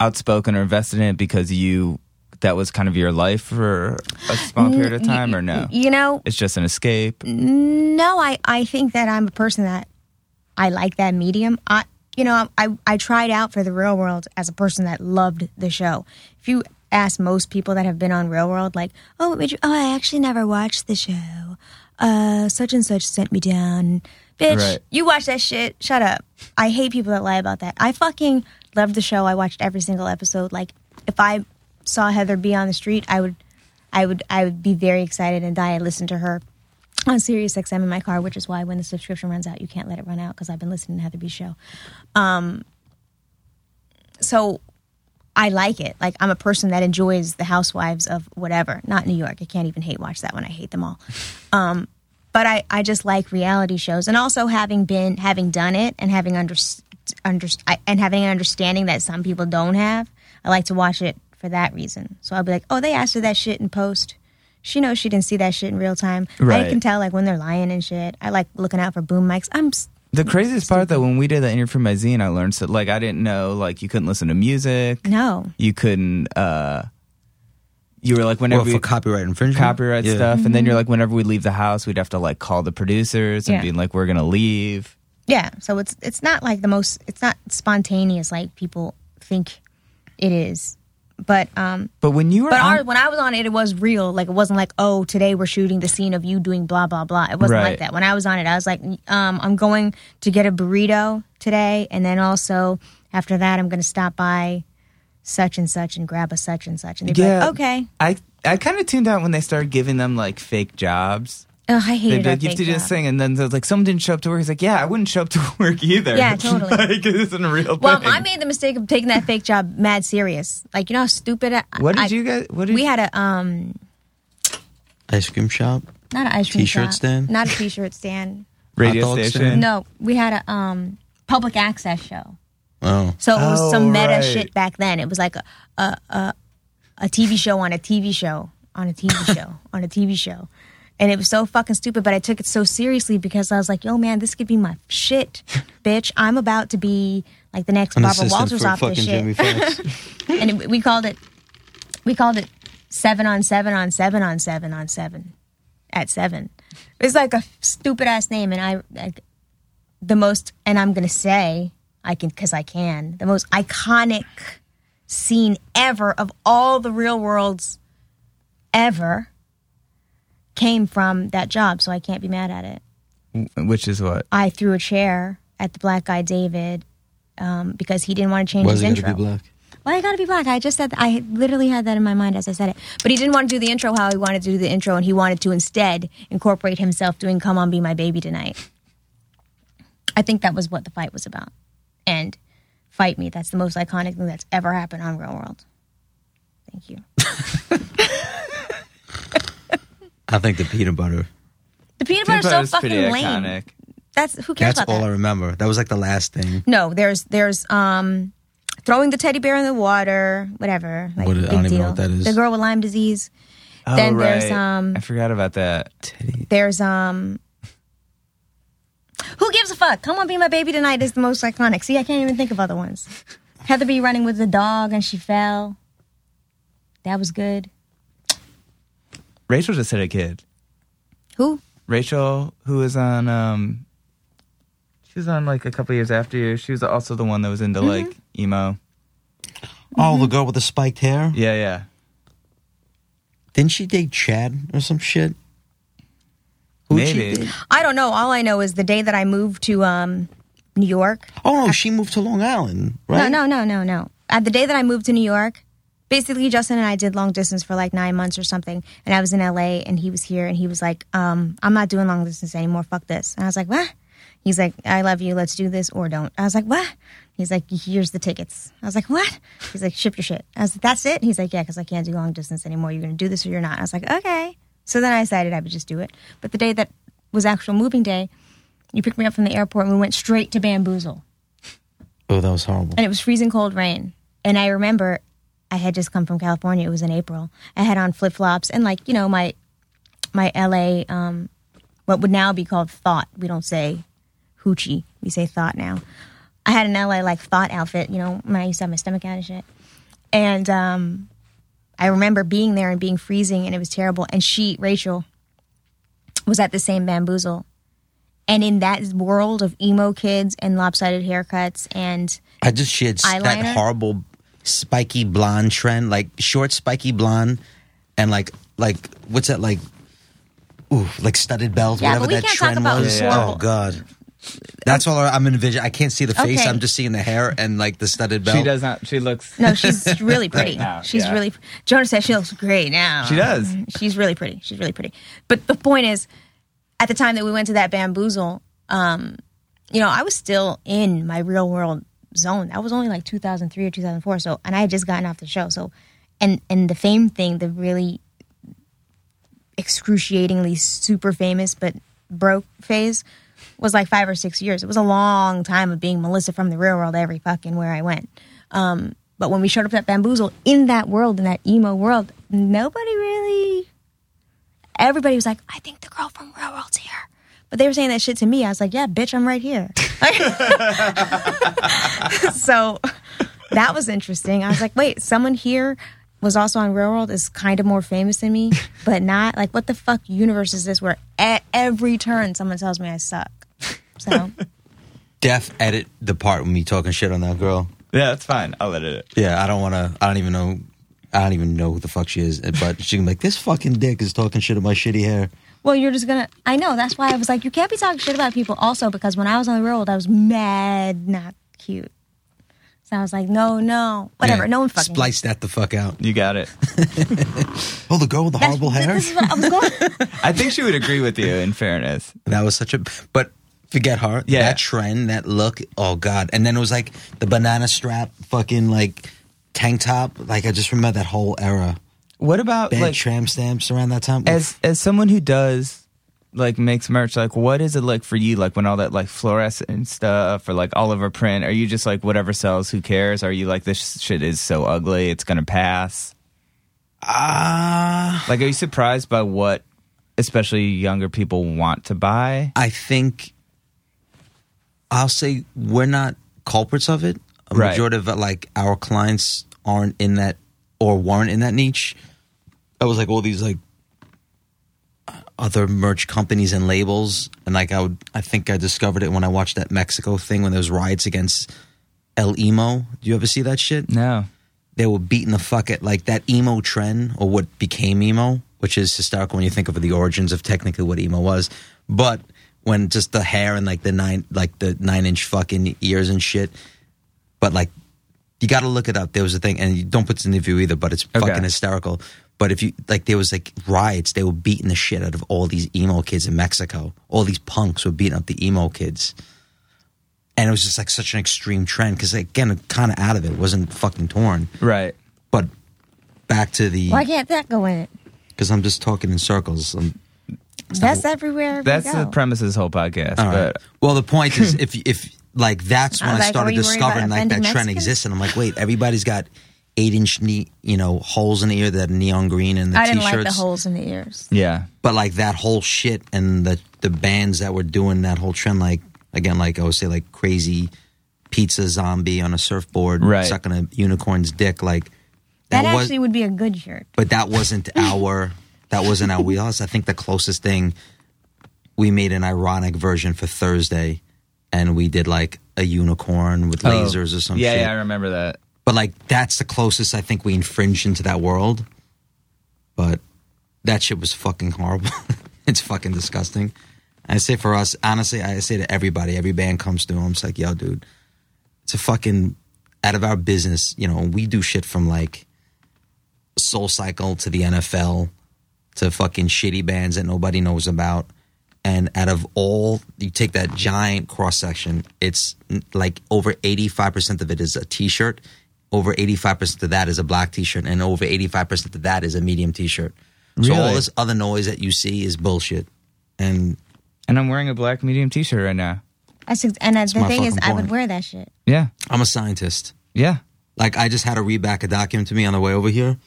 Speaker 2: outspoken or invested in it because you that was kind of your life for a small period of time or no?
Speaker 3: You know,
Speaker 2: It's just an escape.
Speaker 3: no. I I think that I'm a person that I like that medium. I you know, I, I tried out for the real world as a person that loved the show. If you ask most people that have been on real world, like, oh, what made you, oh, I actually never watched the show. Uh, such and such sent me down. Bitch,
Speaker 2: Right.
Speaker 3: you watch that shit. Shut up. I hate people that lie about that. I fucking loved the show. I watched every single episode. Like, if I saw Heather B on the street, I would, I would, I would be very excited and die and listen to her on Sirius XM in my car, which is why when the subscription runs out, you can't let it run out because I've been listening to Heather B's show. Um, so I like it. Like I'm a person that enjoys the housewives of whatever. Not New York. I can't even hate watch that one. I hate them all. Um, but I, I just like reality shows, and also having been having done it and having under, under I, and having an understanding that some people don't have. I like to watch it for that reason. So I'll be like, oh, they asked her that shit in post. She knows she didn't see that shit in real time. I
Speaker 2: Right.
Speaker 3: can tell like when they're lying and shit. I like looking out for boom mics. I'm s-
Speaker 2: The craziest part though, when we did that interview from Zine, I learned that like I didn't know like you couldn't listen to music.
Speaker 3: no.
Speaker 2: You couldn't. uh You were like whenever
Speaker 4: Well, for
Speaker 2: you-
Speaker 4: copyright infringement,
Speaker 2: copyright
Speaker 4: Yeah.
Speaker 2: stuff, and then you're like whenever we leave the house, we'd have to like call the producers and
Speaker 3: Mm-hmm. Yeah.
Speaker 2: be like we're gonna leave.
Speaker 3: Yeah, so it's it's not like the most it's not spontaneous like people think it is. But um
Speaker 2: But when you were
Speaker 3: but
Speaker 2: on-
Speaker 3: our, when I was on it it was real. Like it wasn't like, "Oh, today we're shooting the scene of you doing blah blah blah." It wasn't like
Speaker 2: Right.
Speaker 3: that. When I was on it, I was like, um, I'm going to get a burrito today and then also after that I'm going to stop by such and such and grab a such and such." And they'd be
Speaker 2: Yeah.
Speaker 3: like, "Okay."
Speaker 2: I I kind of tuned out when they started giving them like fake jobs.
Speaker 3: Ugh, I
Speaker 2: They'd
Speaker 3: hated
Speaker 2: be
Speaker 3: our
Speaker 2: like, you have
Speaker 3: fake
Speaker 2: to do this
Speaker 3: job.
Speaker 2: thing, and then there's like someone didn't show up to work. He's like, yeah, I wouldn't show up to work either.
Speaker 3: Yeah, totally.
Speaker 2: like it isn't a real
Speaker 3: Well,
Speaker 2: thing.
Speaker 3: I made the mistake of taking that fake job mad serious. Like, you know how stupid I,
Speaker 2: what did
Speaker 3: I-
Speaker 2: you guys? What did
Speaker 3: We had a um
Speaker 4: ice cream shop.
Speaker 3: not an ice cream
Speaker 4: T-shirt
Speaker 3: shop.
Speaker 4: stand?
Speaker 3: not a t-shirt stand
Speaker 2: radio
Speaker 4: hot dog
Speaker 2: station?
Speaker 4: stand?
Speaker 3: no we had a um public access show
Speaker 4: Oh,
Speaker 3: so it was
Speaker 2: Oh,
Speaker 3: some meta
Speaker 2: right.
Speaker 3: shit back then it was like a a, a a tv show on a tv show on a tv show on a tv show and it was so fucking stupid but i took it so seriously because i was like yo man this could be my shit bitch i'm about to be like the next
Speaker 4: an
Speaker 3: barbara
Speaker 4: assistant
Speaker 3: walters
Speaker 4: for
Speaker 3: off
Speaker 4: fucking
Speaker 3: this shit
Speaker 4: Jamie Foxx.
Speaker 3: and it, we called it we called it seven on seven on seven on seven on seven at seven. It's like a stupid ass name, and I like the most. And I'm gonna say I can because I can the most iconic scene ever of all the real worlds ever came from that job. So I can't be mad at it.
Speaker 2: Which is what?
Speaker 3: I threw a chair at the black guy David um, because he didn't want to change
Speaker 4: Was
Speaker 3: his
Speaker 4: it
Speaker 3: intro.
Speaker 4: gonna be black?
Speaker 3: Why I gotta be black? I just said I literally had that in my mind as I said it. But he didn't want to do the intro how he wanted to do the intro, and he wanted to instead incorporate himself doing "Come on, be my baby tonight." I think that was what the fight was about. And fight me. That's the most iconic thing that's ever happened on Real World. Thank you.
Speaker 4: I think the peanut butter.
Speaker 3: The peanut butter is so
Speaker 2: Butter's
Speaker 3: fucking
Speaker 2: pretty
Speaker 3: lame.
Speaker 2: iconic.
Speaker 3: That's who cares
Speaker 4: That's
Speaker 3: about
Speaker 4: all
Speaker 3: that.
Speaker 4: I remember. That was like the last thing.
Speaker 3: no, there's there's um throwing the teddy bear in the water, whatever. Like,
Speaker 4: What- I
Speaker 3: big
Speaker 4: don't even know
Speaker 3: deal.
Speaker 4: what that is.
Speaker 3: The girl with Lyme disease.
Speaker 2: Oh,
Speaker 3: then
Speaker 2: right.
Speaker 3: there's um
Speaker 2: I forgot about that.
Speaker 3: There's um Who gives a fuck? Come on be my baby tonight is the most iconic. See, I can't even think of other ones. Heather B running with the dog and she fell. That was good.
Speaker 2: Rachel just had a kid.
Speaker 3: Who?
Speaker 2: Rachel, who was on, um, she was on like a couple years after you. She was also the one that was into like emo.
Speaker 4: Oh, the girl with the spiked hair.
Speaker 2: Yeah, yeah.
Speaker 4: Didn't she date Chad or some shit? Who'd she
Speaker 2: Maybe.
Speaker 4: date?
Speaker 3: I don't know. All I know is the day that I moved to um New York.
Speaker 4: Oh no, she moved to Long Island, right?
Speaker 3: No, no, no, no, no. At the day that I moved to New York, basically Justin and I did long distance for like nine months or something, and I was in LA and he was here, and he was like, um, "I'm not doing long distance anymore. Fuck this." And I was like, "What?" He's like, "I love you. Let's do this or don't." I was like, "What?" He's like, "Here's the tickets." I was like, "What?" He's like, "Ship your shit." I was like, "That's it." He's like, "Yeah, because I can't do long distance anymore. You're gonna do this or you're not." I was like, "Okay." So then I decided I would just do it. But the day that was actual moving day, you picked me up from the airport and we went straight to Bamboozle
Speaker 4: Oh, that was horrible.
Speaker 3: and it was freezing cold rain. And I remember I had just come from California. It was in April. I had on flip flops and like you know my my LA um, what would now be called thought. We don't say hoochie. We say thought now. I had an LA like thought outfit. You know when I used to have my stomach out and shit. And um, I remember being there and being freezing and it was terrible. And she Rachel was at the same bamboozle And in that world of emo kids and lopsided haircuts and
Speaker 4: I just she had s-
Speaker 3: Eyeliner?
Speaker 4: that horrible spiky blonde trend, like short spiky blonde, and like like what's that like? Ooh, like studded bells,
Speaker 3: Yeah, but
Speaker 4: whatever
Speaker 3: we
Speaker 4: that
Speaker 3: can't talk
Speaker 4: trend
Speaker 3: about
Speaker 4: was.
Speaker 3: Yeah.
Speaker 4: Oh god, that's all I'm envisioning. I can't see the face.
Speaker 3: Okay.
Speaker 4: I'm just seeing the hair and like the studded belt.
Speaker 2: She does not. She looks.
Speaker 3: no, she's really pretty.
Speaker 2: now,
Speaker 3: she's
Speaker 2: yeah.
Speaker 3: really Jonah says she looks great now.
Speaker 2: She does.
Speaker 3: She's really pretty. She's really pretty. But the point is, at the time that we went to that bamboozle, um, you know, I was still in my real world zone. That was only like 2003 or 2004. So, and I had just gotten off the show. So, and and the fame thing, the really excruciatingly super famous but broke phase was like five or six years. It was a long time of being Melissa from the real world every fucking where I went. Um, but when we showed up at Bamboozle in that world, in that emo world, nobody really. Everybody was like, I think the girl from Real World's here. But they were saying that shit to me. I was like, yeah, bitch, I'm right here. so that was interesting. I was like, wait, someone here was also on Real World is kind of more famous than me, but not like what the fuck universe is this where at every turn someone tells me I suck. So
Speaker 4: Def edit the part with me talking shit on that girl.
Speaker 2: Yeah, that's fine. I'll edit it.
Speaker 4: Yeah, I don't want to. I don't even know. I don't even know who the fuck she is, but she can be like, this fucking dick is talking shit about my shitty hair.
Speaker 3: well, you're just gonna. I know that's why I was like, you can't be talking shit about people. Also, because when I was on the Real World, I was mad not cute. So I was like, no, no, whatever.
Speaker 4: Yeah,
Speaker 3: no one fucking.
Speaker 4: Splice that the fuck out.
Speaker 2: You got it.
Speaker 4: Oh, the girl with the
Speaker 3: That's-
Speaker 4: horrible hair?
Speaker 3: This is what I was going.
Speaker 2: I think she would agree with you. In fairness,
Speaker 4: That was such a but forget her.
Speaker 2: Yeah.
Speaker 4: That trend, that look, oh god. And then it was like the banana strap fucking like tank top. Like I just remember that whole era.
Speaker 2: what about
Speaker 4: Bad
Speaker 2: like
Speaker 4: tram stamps around that time.
Speaker 2: as as someone who does like makes merch? Like, what is it like for you? Like when all that like fluorescent stuff or like Oliver print? Are you just like whatever sells? Who cares? Are you like this shit is so ugly? It's gonna pass.
Speaker 4: ah
Speaker 2: Like, are you surprised by what, especially younger people want to buy?
Speaker 4: I think I'll say we're not culprits of it. A
Speaker 2: Right.
Speaker 4: majority of like our clients aren't in that or weren't in that niche. I was like all these like other merch companies and labels, and like I would, I think I discovered it when I watched that Mexico thing when there was riots against El Emo. Do you ever see that shit?
Speaker 2: No.
Speaker 4: they were beating the fuck at like that emo trend or what became emo, which is hysterical when you think of the origins of technically what emo was. But when just the hair and like the nine like the nine inch fucking ears and shit, but like you got to look it up. There was a thing, and you don't put this in the interview either, but it's fucking hysterical. But if you like, there was like riots. They were beating the shit out of all these emo kids in Mexico. All these punks were beating up the emo kids and it was just like such an extreme trend because again, kind of out of it, wasn't fucking torn.
Speaker 2: Right.
Speaker 4: But back to
Speaker 3: Why
Speaker 4: the
Speaker 3: can't that go in it?
Speaker 4: because I'm just talking in circles. Um, I'm,
Speaker 3: That's everywhere. we
Speaker 2: That's the
Speaker 3: go.
Speaker 2: premise of this whole podcast.
Speaker 4: all right.
Speaker 2: But
Speaker 4: Well, the point is, if if like that's when
Speaker 3: I
Speaker 4: I,
Speaker 3: was like, were
Speaker 4: started
Speaker 3: you worried about
Speaker 4: discovering like that
Speaker 3: offending
Speaker 4: trend
Speaker 3: Mexicans?
Speaker 4: exists, and I'm like, wait, everybody's got eight inch knee, you know, holes in the ear that are neon green and the
Speaker 3: I didn't
Speaker 4: t-shirts.
Speaker 3: like the holes in the ears.
Speaker 2: yeah.
Speaker 4: but like that whole shit and the the bands that were doing that whole trend, like again, like I would say, like crazy pizza zombie on a surfboard,
Speaker 2: Right.
Speaker 4: sucking a unicorn's dick, like
Speaker 3: That,
Speaker 4: was,
Speaker 3: actually would be a good shirt.
Speaker 4: but that wasn't our that wasn't our wheelhouse. I think the closest thing we made an ironic version for Thursday, and we did like a unicorn with lasers or some
Speaker 2: Oh. yeah,
Speaker 4: shit.
Speaker 2: Yeah, I remember that.
Speaker 4: But like that's the closest I think we infringed into that world. But that shit was fucking horrible. it's fucking disgusting. I say for us, honestly, I say to everybody, every band comes through. I'm just like, yo, dude, it's a fucking out of our business. You know, we do shit from like Soul Cycle to the NFL to fucking shitty bands that nobody knows about. And out of all, you take that giant cross section, it's n- like over 85% of it is a t shirt. Over 85% of that is a black t shirt. And over 85% of that is a medium t shirt. So all
Speaker 2: Really?
Speaker 4: this other noise that you see is bullshit. And
Speaker 2: And I'm wearing a black medium t shirt right now.
Speaker 3: I sug- and uh, the
Speaker 4: my
Speaker 3: thing is,
Speaker 4: fucking
Speaker 3: I would
Speaker 4: point.
Speaker 3: wear that shit.
Speaker 2: Yeah.
Speaker 4: I'm a scientist.
Speaker 2: Yeah.
Speaker 4: Like I just had to read back a document to me on the way over here,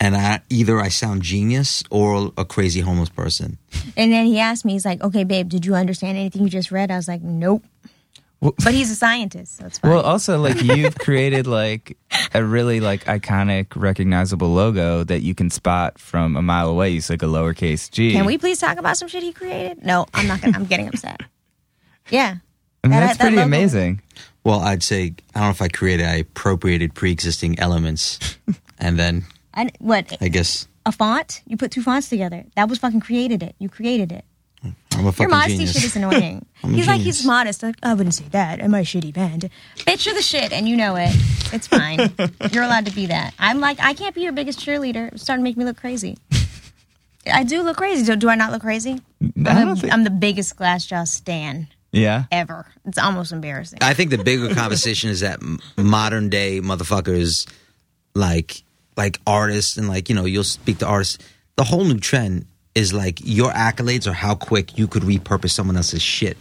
Speaker 4: and I either I sound genius or a crazy homeless person.
Speaker 3: And then he asked me, he's like, okay, babe, did you understand anything you just read? I was like, nope. But he's a scientist, so it's fine.
Speaker 2: Well, also like you've created like a really like iconic, recognizable logo that you can spot from a mile away. You like a lowercase g.
Speaker 3: Can we please talk about some shit he created? No, I'm not gonna. I'm getting upset. Yeah.
Speaker 2: I mean,
Speaker 3: That-
Speaker 2: that's
Speaker 3: that
Speaker 2: pretty
Speaker 3: logo-
Speaker 2: amazing.
Speaker 4: Well, I'd say I don't know if I created. I appropriated pre-existing elements, and then
Speaker 3: And what?
Speaker 4: I guess
Speaker 3: A font? You put two fonts together. That was fucking created it. You created it.
Speaker 4: I'm a fucking
Speaker 3: Your modesty
Speaker 4: genius.
Speaker 3: shit is annoying. he's
Speaker 4: a
Speaker 3: like,
Speaker 4: genius.
Speaker 3: he's modest. Like, I wouldn't say that. I'm a shitty band. Bitch, you're the shit, and you know it. It's fine. you're allowed to be that. I'm like, I can't be your biggest cheerleader. It's starting to make me look crazy. I do look crazy. Do, do I not look crazy?
Speaker 2: I
Speaker 3: I'm,
Speaker 2: don't think-
Speaker 3: I'm the biggest glass jaw stan
Speaker 2: yeah.
Speaker 3: ever. It's almost embarrassing.
Speaker 4: I think the bigger conversation is that m- modern day motherfuckers, like like artists, and like you know, you'll speak to artists. The whole new trend is like your accolades or how quick you could repurpose someone else's shit,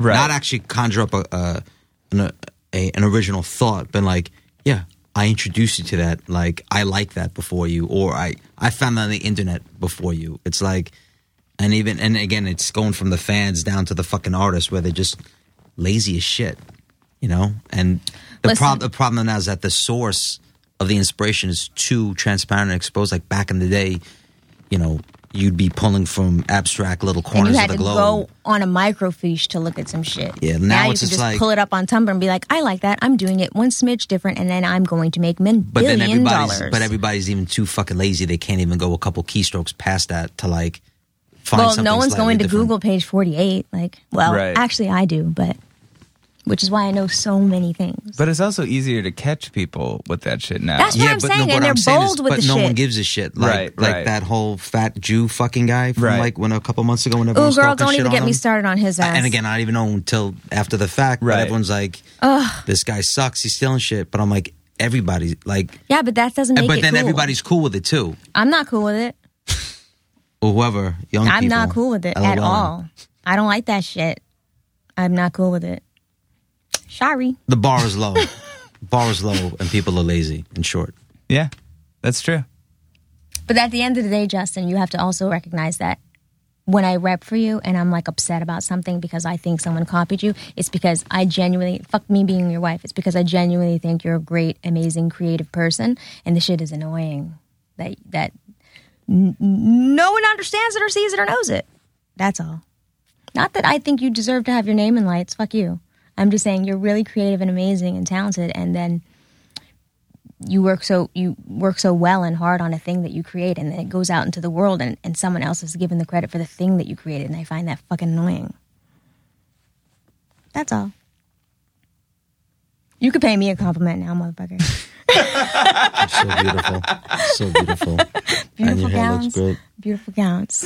Speaker 2: Right.
Speaker 4: Not actually conjure up a, a, an, a an original thought, but like, yeah, I introduced you to that. Like, I like that before you, or I I found that on the internet before you. It's like. And even and again, it's going from the fans down to the fucking artists where they're just lazy as shit, you know. And the,
Speaker 3: Listen.
Speaker 4: prob- the problem now is that the source of the inspiration is too transparent and exposed. Like back in the day, you know, you'd be pulling from abstract little
Speaker 3: and you
Speaker 4: corners
Speaker 3: had
Speaker 4: of the
Speaker 3: to
Speaker 4: globe.
Speaker 3: go on a microfiche to look at some shit.
Speaker 4: Yeah, now
Speaker 3: you
Speaker 4: it's
Speaker 3: can
Speaker 4: just
Speaker 3: just
Speaker 4: like-
Speaker 3: pull it up on Tumblr and be like, I like that. I'm doing it one smidge different, and then I'm going to make min
Speaker 4: but then
Speaker 3: billion
Speaker 4: everybody's
Speaker 3: dollars.
Speaker 4: but everybody's even too fucking lazy. They can't even go a couple keystrokes past that to like find.
Speaker 3: well,
Speaker 4: something
Speaker 3: no one's
Speaker 4: slightly
Speaker 3: going to
Speaker 4: different.
Speaker 3: Google page 48. Like, well,
Speaker 2: Right.
Speaker 3: actually, I do, but which is why I know so many things.
Speaker 2: But it's also easier to catch people with that shit now.
Speaker 3: That's what I'm saying, and they're bold with
Speaker 4: but
Speaker 3: the
Speaker 4: no one
Speaker 3: shit.
Speaker 4: gives a shit. Like,
Speaker 2: Right,
Speaker 4: like
Speaker 2: right.
Speaker 4: that whole fat Jew fucking guy from
Speaker 2: Right.
Speaker 4: like when a couple months ago when everyone
Speaker 3: Ooh,
Speaker 4: was
Speaker 3: Oh, girl,
Speaker 4: talking
Speaker 3: don't
Speaker 4: shit
Speaker 3: even
Speaker 4: on
Speaker 3: get me
Speaker 4: him.
Speaker 3: started on his ass.
Speaker 4: And again, I don't even know until after the fact. But
Speaker 2: Right.
Speaker 4: everyone's like, this guy sucks. He's stealing shit. But I'm like, everybody's like,
Speaker 3: yeah, but that doesn't make
Speaker 4: but
Speaker 3: it
Speaker 4: then
Speaker 3: cool.
Speaker 4: everybody's cool with it too.
Speaker 3: I'm not cool with it.
Speaker 4: Or whoever, young
Speaker 3: I'm
Speaker 4: people.
Speaker 3: not cool with it at
Speaker 4: LOL.
Speaker 3: all. I don't like that shit. I'm not cool with it. Sorry.
Speaker 4: The bar is low. bar is low, and people are lazy. In short,
Speaker 2: yeah, that's true.
Speaker 3: But at the end of the day, Justin, you have to also recognize that when I rep for you and I'm like upset about something because I think someone copied you, it's because I genuinely, fuck me being your wife, it's because I genuinely think you're a great, amazing, creative person. And the shit is annoying that, that n- n- no one understands it or sees it or knows it. That's all. Not that I think you deserve to have your name in lights. Fuck you. I'm just saying you're really creative and amazing and talented. And then you work so you work so well and hard on a thing that you create and then it goes out into the world and, and someone else is given the credit for the thing that you created and i find that fucking annoying that's all you could pay me a compliment now motherfucker
Speaker 4: It's so beautiful, so beautiful. and
Speaker 3: beautiful
Speaker 4: your hair
Speaker 3: gowns
Speaker 4: looks great.
Speaker 3: beautiful gowns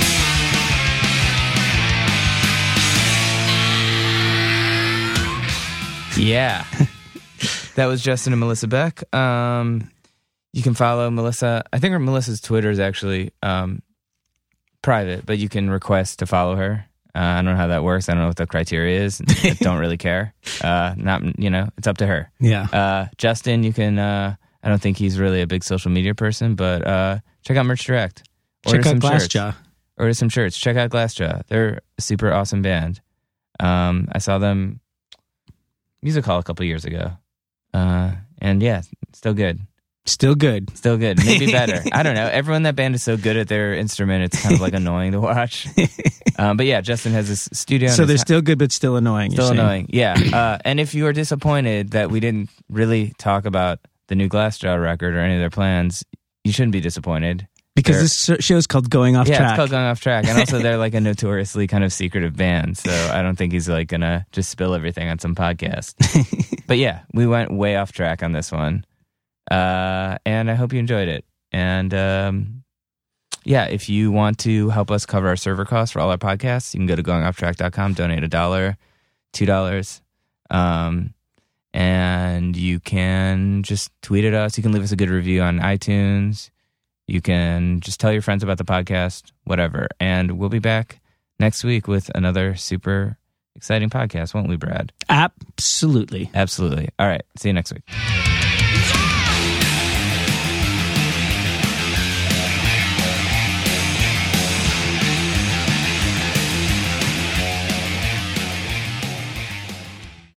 Speaker 2: Yeah. that was Justin and Melissa Beck. Um, you can follow Melissa. I think her Melissa's Twitter is actually um, private, but you can request to follow her. Uh, I don't know how that works. I don't know what the criteria is. I don't really care. Uh, not you know, it's up to her.
Speaker 1: Yeah.
Speaker 2: Uh, Justin, you can. Uh, I don't think he's really a big social media person, but uh, check out Merch Direct. Order
Speaker 1: Check out
Speaker 2: some shirts
Speaker 1: Glassjaw.
Speaker 2: order some shirts. Check out Glassjaw. They're a super awesome band. Um, I saw them music hall a couple years ago. Uh, and yeah, still good.
Speaker 1: Still good.
Speaker 2: Still good. Maybe better. I don't know. Everyone in that band is so good at their instrument. It's kind of like annoying to watch. Um, but yeah, Justin has his studio.
Speaker 1: So
Speaker 2: and
Speaker 1: they're
Speaker 2: his
Speaker 1: still good, but still annoying. you're
Speaker 2: Still
Speaker 1: saying.
Speaker 2: annoying. Yeah. Uh, and if you are disappointed that we didn't really talk about the new Glassjaw record or any of their plans, you shouldn't be disappointed.
Speaker 1: Because
Speaker 2: They're-
Speaker 1: this this show's called Going Off
Speaker 2: yeah,
Speaker 1: Track.
Speaker 2: it's called going off track, and also they're like a notoriously kind of secretive band, so I don't think he's like gonna just spill everything on some podcast. but yeah, we went way off track on this one, uh, and I hope you enjoyed it. And um, yeah, if you want to help us cover our server costs for all our podcasts, you can go to goingofftrack.com, donate a dollar, two dollars, um, and you can just tweet at us. You can leave us a good review on iTunes. You can just tell your friends about the podcast, whatever. And we'll be back next week with another super exciting podcast, won't we, Brad?
Speaker 1: Absolutely.
Speaker 2: Absolutely. All right. See you next week.